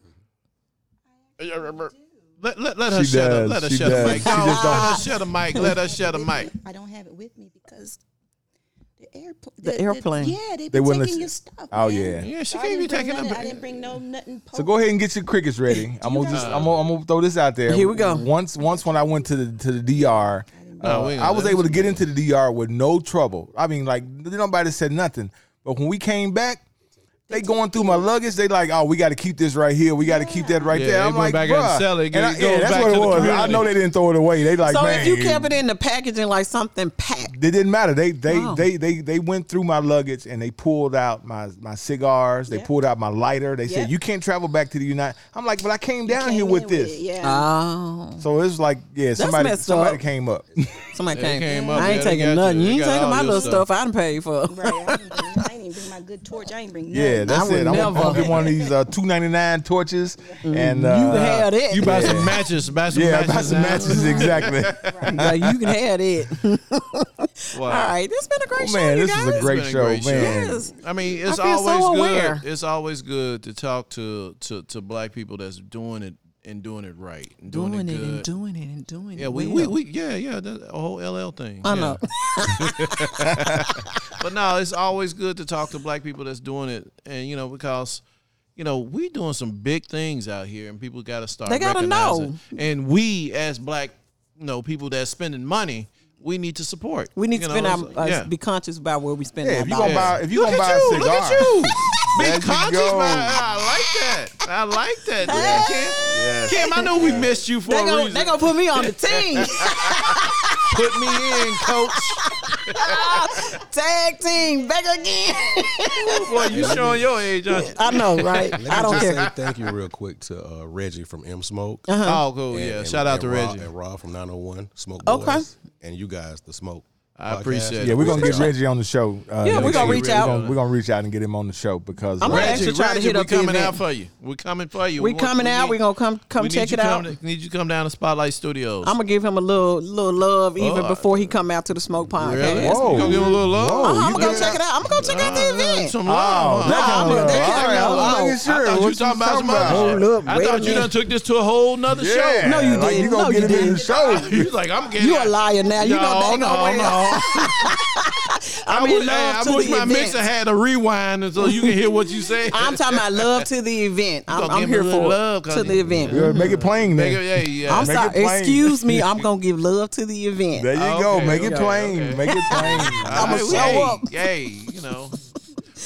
Speaker 2: Let, let, let her
Speaker 4: She
Speaker 2: shut
Speaker 4: does.
Speaker 2: up. Let her
Speaker 4: She
Speaker 2: shut
Speaker 4: does.
Speaker 2: a mic.
Speaker 4: She
Speaker 2: No,
Speaker 4: just
Speaker 2: let
Speaker 4: don't-
Speaker 2: her shut a mic. Let her shut a mic.
Speaker 6: I don't have it with me because the airplane.
Speaker 3: The airplane.
Speaker 6: yeah, they,
Speaker 4: They
Speaker 6: been
Speaker 4: wouldn't let
Speaker 6: taking
Speaker 4: you-
Speaker 6: your stuff.
Speaker 4: Oh,
Speaker 6: man.
Speaker 4: yeah.
Speaker 2: Yeah, she
Speaker 6: So I
Speaker 2: can't be
Speaker 6: didn't bring
Speaker 2: taking
Speaker 6: nothing-
Speaker 2: up.
Speaker 6: I didn't bring no nothing.
Speaker 4: So go ahead and get your crickets ready. I'm gonna just I'm gonna, I'm gonna throw this out there.
Speaker 3: Here we go.
Speaker 4: Once once when I went to the to the DR,
Speaker 2: No,
Speaker 4: uh,
Speaker 2: Oh, we ain't
Speaker 4: I
Speaker 2: gonna
Speaker 4: was
Speaker 2: do
Speaker 4: able to
Speaker 2: this.
Speaker 4: get into the DR with no trouble. I mean, like nobody said nothing. But when we came back, they going through my luggage. They like, oh, we got to keep this right here. We got to keep that right
Speaker 2: Yeah,
Speaker 4: there.
Speaker 2: they
Speaker 4: I'm
Speaker 2: went
Speaker 4: like,
Speaker 2: back
Speaker 4: Bruh.
Speaker 2: and sell it. It
Speaker 4: And I-
Speaker 2: goes
Speaker 4: yeah, that's
Speaker 2: back
Speaker 4: what
Speaker 2: to
Speaker 4: it
Speaker 2: the
Speaker 4: was. I
Speaker 2: community.
Speaker 4: know they didn't throw it away. They like,
Speaker 3: So
Speaker 4: man,
Speaker 3: if you kept it in the packaging like something packed,
Speaker 4: it didn't matter. They they,
Speaker 3: Wow.
Speaker 4: they they they went through my luggage and they pulled out my my cigars. They
Speaker 6: Yep.
Speaker 4: pulled out my lighter. They said
Speaker 6: Yep.
Speaker 4: you can't travel back to the United. I'm like, but I came down
Speaker 6: Came
Speaker 4: here
Speaker 6: in
Speaker 4: with this.
Speaker 6: it, Yeah.
Speaker 3: oh,
Speaker 4: So it's like, yeah, somebody
Speaker 3: messed
Speaker 4: somebody
Speaker 3: up.
Speaker 4: came up.
Speaker 3: somebody
Speaker 2: They
Speaker 3: came.
Speaker 2: came up,
Speaker 3: I ain't
Speaker 2: yeah, they got
Speaker 3: taking nothing.
Speaker 2: you. They
Speaker 3: You, ain't
Speaker 2: got
Speaker 3: taking
Speaker 2: all
Speaker 3: my
Speaker 2: your
Speaker 3: little
Speaker 2: stuff.
Speaker 3: stuff. I didn't pay for.
Speaker 6: Right. I didn't, bring, I didn't bring my good torch. I ain't bring nothing.
Speaker 4: Yeah, that's
Speaker 3: would
Speaker 4: it. I'm gonna- I'm gonna
Speaker 3: never.
Speaker 4: get one of these uh, two ninety nine torches and uh,
Speaker 3: you had it.
Speaker 2: You buy some matches. Buy some
Speaker 4: Yeah,
Speaker 2: matches.
Speaker 4: buy some
Speaker 2: now.
Speaker 4: matches exactly. Oh,
Speaker 3: like, you can have it.
Speaker 2: Wow.
Speaker 3: All right, this been a great
Speaker 4: Oh,
Speaker 3: show,
Speaker 4: man,
Speaker 3: you
Speaker 4: this is
Speaker 3: guys.
Speaker 4: a great
Speaker 2: been a
Speaker 4: show,
Speaker 2: great show.
Speaker 4: man.
Speaker 3: Yes.
Speaker 2: I mean, it's
Speaker 3: I feel so
Speaker 2: always
Speaker 3: aware.
Speaker 2: good. It's always good to talk to, to to black people that's doing it and doing it right, and doing,
Speaker 3: Doing
Speaker 2: it,
Speaker 3: it
Speaker 2: good.
Speaker 3: and doing it and doing it.
Speaker 2: yeah, we, we,
Speaker 3: well.
Speaker 2: we yeah yeah that a whole LL thing.
Speaker 3: I
Speaker 2: yeah.
Speaker 3: know.
Speaker 2: but no, it's always good to talk to black people that's doing it, and you know because. You know, we doing some big things out here, and people got to start.
Speaker 3: They gotta
Speaker 2: recognizing.
Speaker 3: know.
Speaker 2: And we, as black, you know, people that's spending money, we need to support.
Speaker 3: We need
Speaker 2: you
Speaker 3: to
Speaker 2: know,
Speaker 3: spend our,
Speaker 2: so-
Speaker 3: uh,
Speaker 2: yeah.
Speaker 3: be conscious about where we spend
Speaker 4: Yeah,
Speaker 3: our
Speaker 4: if you gonna
Speaker 3: dollars.
Speaker 4: buy if you
Speaker 2: Look
Speaker 4: gonna buy
Speaker 2: at
Speaker 4: a
Speaker 2: you!
Speaker 4: cigar,
Speaker 2: Look at you! Be
Speaker 4: There you
Speaker 2: conscious,
Speaker 4: go.
Speaker 2: man. I like that. I like that, Kim. Kim, I know we missed you for
Speaker 3: They
Speaker 2: a
Speaker 3: gonna,
Speaker 2: reason.
Speaker 3: they gonna put me on the team,
Speaker 2: put me in, coach.
Speaker 3: tag team, back again.
Speaker 2: Boy, you showing your age, huh?
Speaker 3: I know, right?
Speaker 5: Let me
Speaker 3: I don't
Speaker 5: just
Speaker 3: care.
Speaker 5: say thank you real quick to uh, Reggie from M Smoke.
Speaker 3: Uh-huh.
Speaker 2: Oh, cool.
Speaker 5: And-
Speaker 2: yeah.
Speaker 5: and-
Speaker 2: Shout out to
Speaker 5: and Ra-
Speaker 2: Reggie.
Speaker 5: and Rob from 901 Smoke
Speaker 3: Okay.
Speaker 5: Boys, and you guys, the Smoke.
Speaker 2: I appreciate it.
Speaker 4: Yeah, we're gonna get
Speaker 2: Appreciate
Speaker 4: Reggie on the show. Uh,
Speaker 3: Yeah, we're
Speaker 4: next
Speaker 3: gonna
Speaker 4: week.
Speaker 3: reach out.
Speaker 4: We're gonna, we're gonna reach out and get him on the show because
Speaker 3: I'm
Speaker 4: uh,
Speaker 3: gonna
Speaker 2: Reggie,
Speaker 3: actually try to
Speaker 2: Reggie,
Speaker 3: hit
Speaker 2: we
Speaker 3: up the
Speaker 2: coming out
Speaker 3: event.
Speaker 2: for you. We're coming for you.
Speaker 3: We coming out. We gonna come- come
Speaker 2: we need
Speaker 3: check
Speaker 2: you
Speaker 3: it out.
Speaker 2: come to- need you to come down to Spotlight Studios.
Speaker 3: I'm gonna give him a little little love even
Speaker 2: Oh, I-
Speaker 3: before he come out to the Smoke Podcast.
Speaker 2: really?
Speaker 4: Whoa.
Speaker 2: You gonna give him a little love?
Speaker 4: Whoa,
Speaker 3: I'm
Speaker 4: you
Speaker 3: gonna go
Speaker 4: better-
Speaker 3: check it out. I'm gonna go check out the event.
Speaker 2: Some
Speaker 4: Oh,
Speaker 2: love,
Speaker 4: that
Speaker 2: Uh, huh?
Speaker 3: I'm
Speaker 4: kind of
Speaker 3: gonna-
Speaker 4: love.
Speaker 3: that kind of
Speaker 4: All right,
Speaker 3: love.
Speaker 4: I'm making
Speaker 2: I
Speaker 4: sure.
Speaker 2: thought you
Speaker 4: What
Speaker 2: were talking about some
Speaker 4: about?
Speaker 2: other
Speaker 7: Hold up,
Speaker 2: shit. I
Speaker 7: wait a
Speaker 2: thought you done
Speaker 7: minute.
Speaker 2: took this to a whole nother
Speaker 4: Yeah.
Speaker 2: show.
Speaker 3: No, you
Speaker 4: Like, you
Speaker 3: didn't.
Speaker 4: gonna
Speaker 3: No, you
Speaker 4: get him in the
Speaker 3: didn't.
Speaker 4: show.
Speaker 2: you like I'm getting
Speaker 3: You a liar now. You
Speaker 2: No,
Speaker 3: go back
Speaker 2: no,
Speaker 3: on
Speaker 2: no.
Speaker 3: where-
Speaker 2: I,
Speaker 3: mean,
Speaker 2: wish,
Speaker 3: love
Speaker 2: hey, I
Speaker 3: to the
Speaker 2: wish my
Speaker 3: event.
Speaker 2: mixer had a rewind and so you can hear what you say.
Speaker 3: I'm talking about love to the event. I'm,
Speaker 2: gonna
Speaker 3: I'm
Speaker 2: give
Speaker 3: here
Speaker 2: him a little
Speaker 3: for
Speaker 2: love,
Speaker 3: love to the
Speaker 2: Cody.
Speaker 3: event.
Speaker 4: Yeah, Make it plain
Speaker 2: Make it-
Speaker 4: then.
Speaker 2: yeah, yeah.
Speaker 3: I'm
Speaker 4: Make it
Speaker 3: sorry.
Speaker 4: plain.
Speaker 3: Excuse me. I'm gonna give love to the event.
Speaker 4: There you
Speaker 2: Oh, Okay,
Speaker 4: go. Make it
Speaker 2: okay, Uh,
Speaker 4: plain.
Speaker 2: okay.
Speaker 4: Make it plain.
Speaker 2: I'm
Speaker 3: I'ma show up.
Speaker 2: Yay, you know.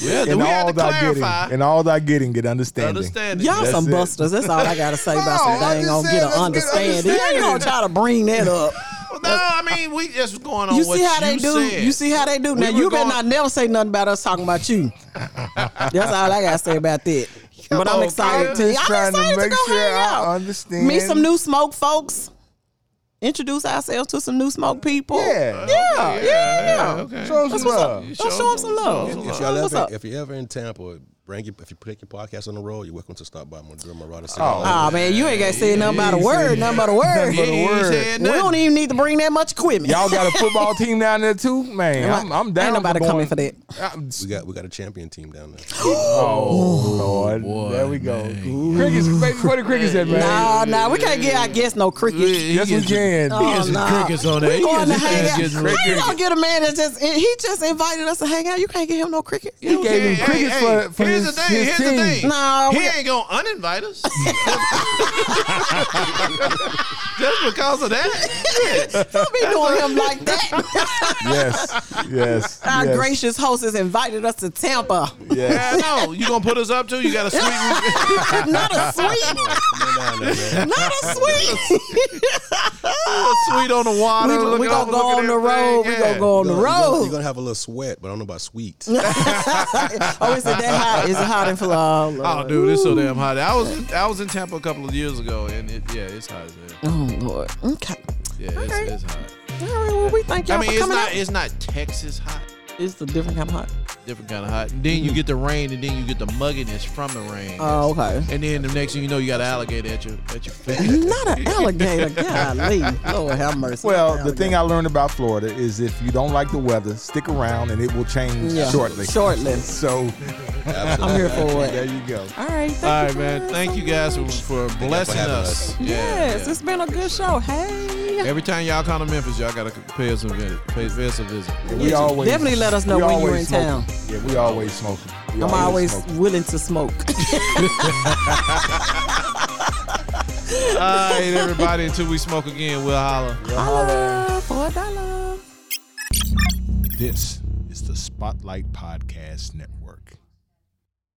Speaker 2: Yeah,
Speaker 4: In
Speaker 2: we had
Speaker 4: all
Speaker 2: to
Speaker 4: thy getting,
Speaker 2: clarify.
Speaker 4: in all thy getting, get understanding.
Speaker 2: Understand
Speaker 3: Y'all
Speaker 4: That's
Speaker 3: some
Speaker 4: it.
Speaker 3: busters. That's all I gotta say about
Speaker 4: No,
Speaker 3: some
Speaker 4: I'm
Speaker 3: dang
Speaker 4: just
Speaker 3: on
Speaker 4: saying,
Speaker 3: get an
Speaker 4: let's get
Speaker 3: understanding. You ain't gonna
Speaker 4: understanding.
Speaker 3: try to bring that up.
Speaker 2: No, I mean we just going on.
Speaker 3: You
Speaker 2: what
Speaker 3: see how they
Speaker 2: you
Speaker 3: do.
Speaker 2: Said.
Speaker 3: You see how they do. Now
Speaker 2: were
Speaker 3: you better
Speaker 2: going-
Speaker 3: not never say nothing about us talking about you. That's all I gotta say about that. But I'm
Speaker 4: on,
Speaker 3: excited
Speaker 4: I'm
Speaker 3: to.
Speaker 4: just
Speaker 3: I'm
Speaker 4: trying to
Speaker 3: excited to
Speaker 4: make
Speaker 3: go
Speaker 4: sure
Speaker 3: hang
Speaker 4: I
Speaker 3: out.
Speaker 4: understand.
Speaker 3: Meet some new smoke folks. Introduce ourselves to some new smoke people. Yeah.
Speaker 4: Yeah.
Speaker 3: Yeah. yeah.
Speaker 2: Okay.
Speaker 4: Show us love.
Speaker 3: Let's show them some love.
Speaker 2: Show 'em
Speaker 5: If
Speaker 3: Show 'em
Speaker 5: y'all
Speaker 3: what's
Speaker 5: ever,
Speaker 3: up.
Speaker 5: if you're ever in Tampa, bring your, if you take your podcast on the road, you're welcome to stop by Madrid Marauder. Cigar
Speaker 4: Oh.
Speaker 5: Lounge.
Speaker 3: Oh man, you ain't gotta say nothing about a
Speaker 4: Yeah,
Speaker 3: word,
Speaker 4: yeah.
Speaker 3: nothing about a word.
Speaker 4: Nothing
Speaker 2: He ain't
Speaker 4: Word.
Speaker 2: said
Speaker 3: We don't
Speaker 2: nothing.
Speaker 3: even need to bring that much equipment.
Speaker 4: Y'all got a football team down there too, man. I'm, I'm down.
Speaker 3: Ain't nobody
Speaker 4: for going,
Speaker 3: coming for that.
Speaker 4: I'm-
Speaker 5: we got we got a champion team down there.
Speaker 4: oh Lord, there we go. Crickets, baby, where the crickets at, man?
Speaker 3: Nah, nah, we can't get our guests no crickets.
Speaker 4: Yes, we can.
Speaker 3: Oh,
Speaker 2: Get some
Speaker 3: nah.
Speaker 2: crickets on there.
Speaker 3: We
Speaker 2: He
Speaker 3: going to
Speaker 2: gets-
Speaker 3: hang
Speaker 2: he
Speaker 3: out.
Speaker 2: gets some
Speaker 3: How you
Speaker 2: crickets.
Speaker 3: gonna get a man that just he just invited us to hang out? You can't get him no cricket.
Speaker 4: He gave him crickets for, for
Speaker 2: here's
Speaker 4: his,
Speaker 2: the thing.
Speaker 4: his
Speaker 2: here's
Speaker 4: team.
Speaker 2: the thing.
Speaker 3: No,
Speaker 2: he
Speaker 3: we-
Speaker 2: ain't gonna uninvite us. Just because of that. Yeah.
Speaker 3: Don't be doing him like that.
Speaker 4: Yes, yes,
Speaker 3: Our
Speaker 4: yes.
Speaker 3: gracious host has invited us to Tampa.
Speaker 4: yes.
Speaker 2: I know. You gonna put us up to? You got a sweet.
Speaker 3: Not a sweet. Not a sweet.
Speaker 2: sweet on the water.
Speaker 3: we we
Speaker 2: looking
Speaker 3: gonna
Speaker 2: over-
Speaker 3: go
Speaker 2: looking
Speaker 3: on the
Speaker 2: everything.
Speaker 3: road. We
Speaker 2: Yeah.
Speaker 3: gonna go on the
Speaker 5: You're gonna- You're
Speaker 3: road.
Speaker 5: gonna have a little sweat, but I don't know about sweet.
Speaker 3: Oh, is it that hot? Is it hot in Florida?
Speaker 2: Oh, dude, it's so damn hot. I was I was in Tampa a couple of years ago, and it, yeah, it's hot as hell.
Speaker 3: Oh Lord. Okay.
Speaker 2: Yeah, it's,
Speaker 3: Okay.
Speaker 2: it's hot.
Speaker 3: All right. Well, we thank y'all
Speaker 2: I mean,
Speaker 3: for
Speaker 2: it's
Speaker 3: coming
Speaker 2: not
Speaker 3: out.
Speaker 2: it's not Texas hot,
Speaker 3: It's a different kind of hot.
Speaker 2: different kind of hot. And then you get the rain, and then you get the mugginess from the rain.
Speaker 3: Mm-hmm. Oh, okay.
Speaker 2: And then the next thing you know, you got an alligator at your at your face.
Speaker 3: Not an alligator. Golly. Lord have mercy.
Speaker 4: Well, the thing I learned about Florida is if you don't like the weather, stick around and it will change
Speaker 3: Yeah.
Speaker 4: shortly.
Speaker 3: Shortly.
Speaker 4: So
Speaker 3: I'm here for
Speaker 4: there
Speaker 3: it.
Speaker 4: you go.
Speaker 3: All right. Thank
Speaker 2: All
Speaker 3: you
Speaker 2: right, man.
Speaker 3: guys
Speaker 2: Thank
Speaker 3: so
Speaker 2: you guys for,
Speaker 3: much.
Speaker 2: for blessing
Speaker 5: having
Speaker 2: us.
Speaker 5: us.
Speaker 2: Yeah,
Speaker 3: Yes,
Speaker 2: yeah.
Speaker 3: it's been a good show. Hey.
Speaker 2: Every time y'all come to Memphis, y'all gotta pay us a visit. Pay, pay us a visit.
Speaker 4: We always
Speaker 3: definitely let us know
Speaker 4: we
Speaker 3: when you're
Speaker 4: always
Speaker 3: in
Speaker 4: smoking.
Speaker 3: town.
Speaker 4: Yeah, we always smoking. We
Speaker 3: I'm always
Speaker 4: smoking.
Speaker 3: willing to smoke.
Speaker 2: All right, everybody. Until we smoke again, we'll holler.
Speaker 3: Dollar for a dollar.
Speaker 1: This is the Spotlight Podcast Network.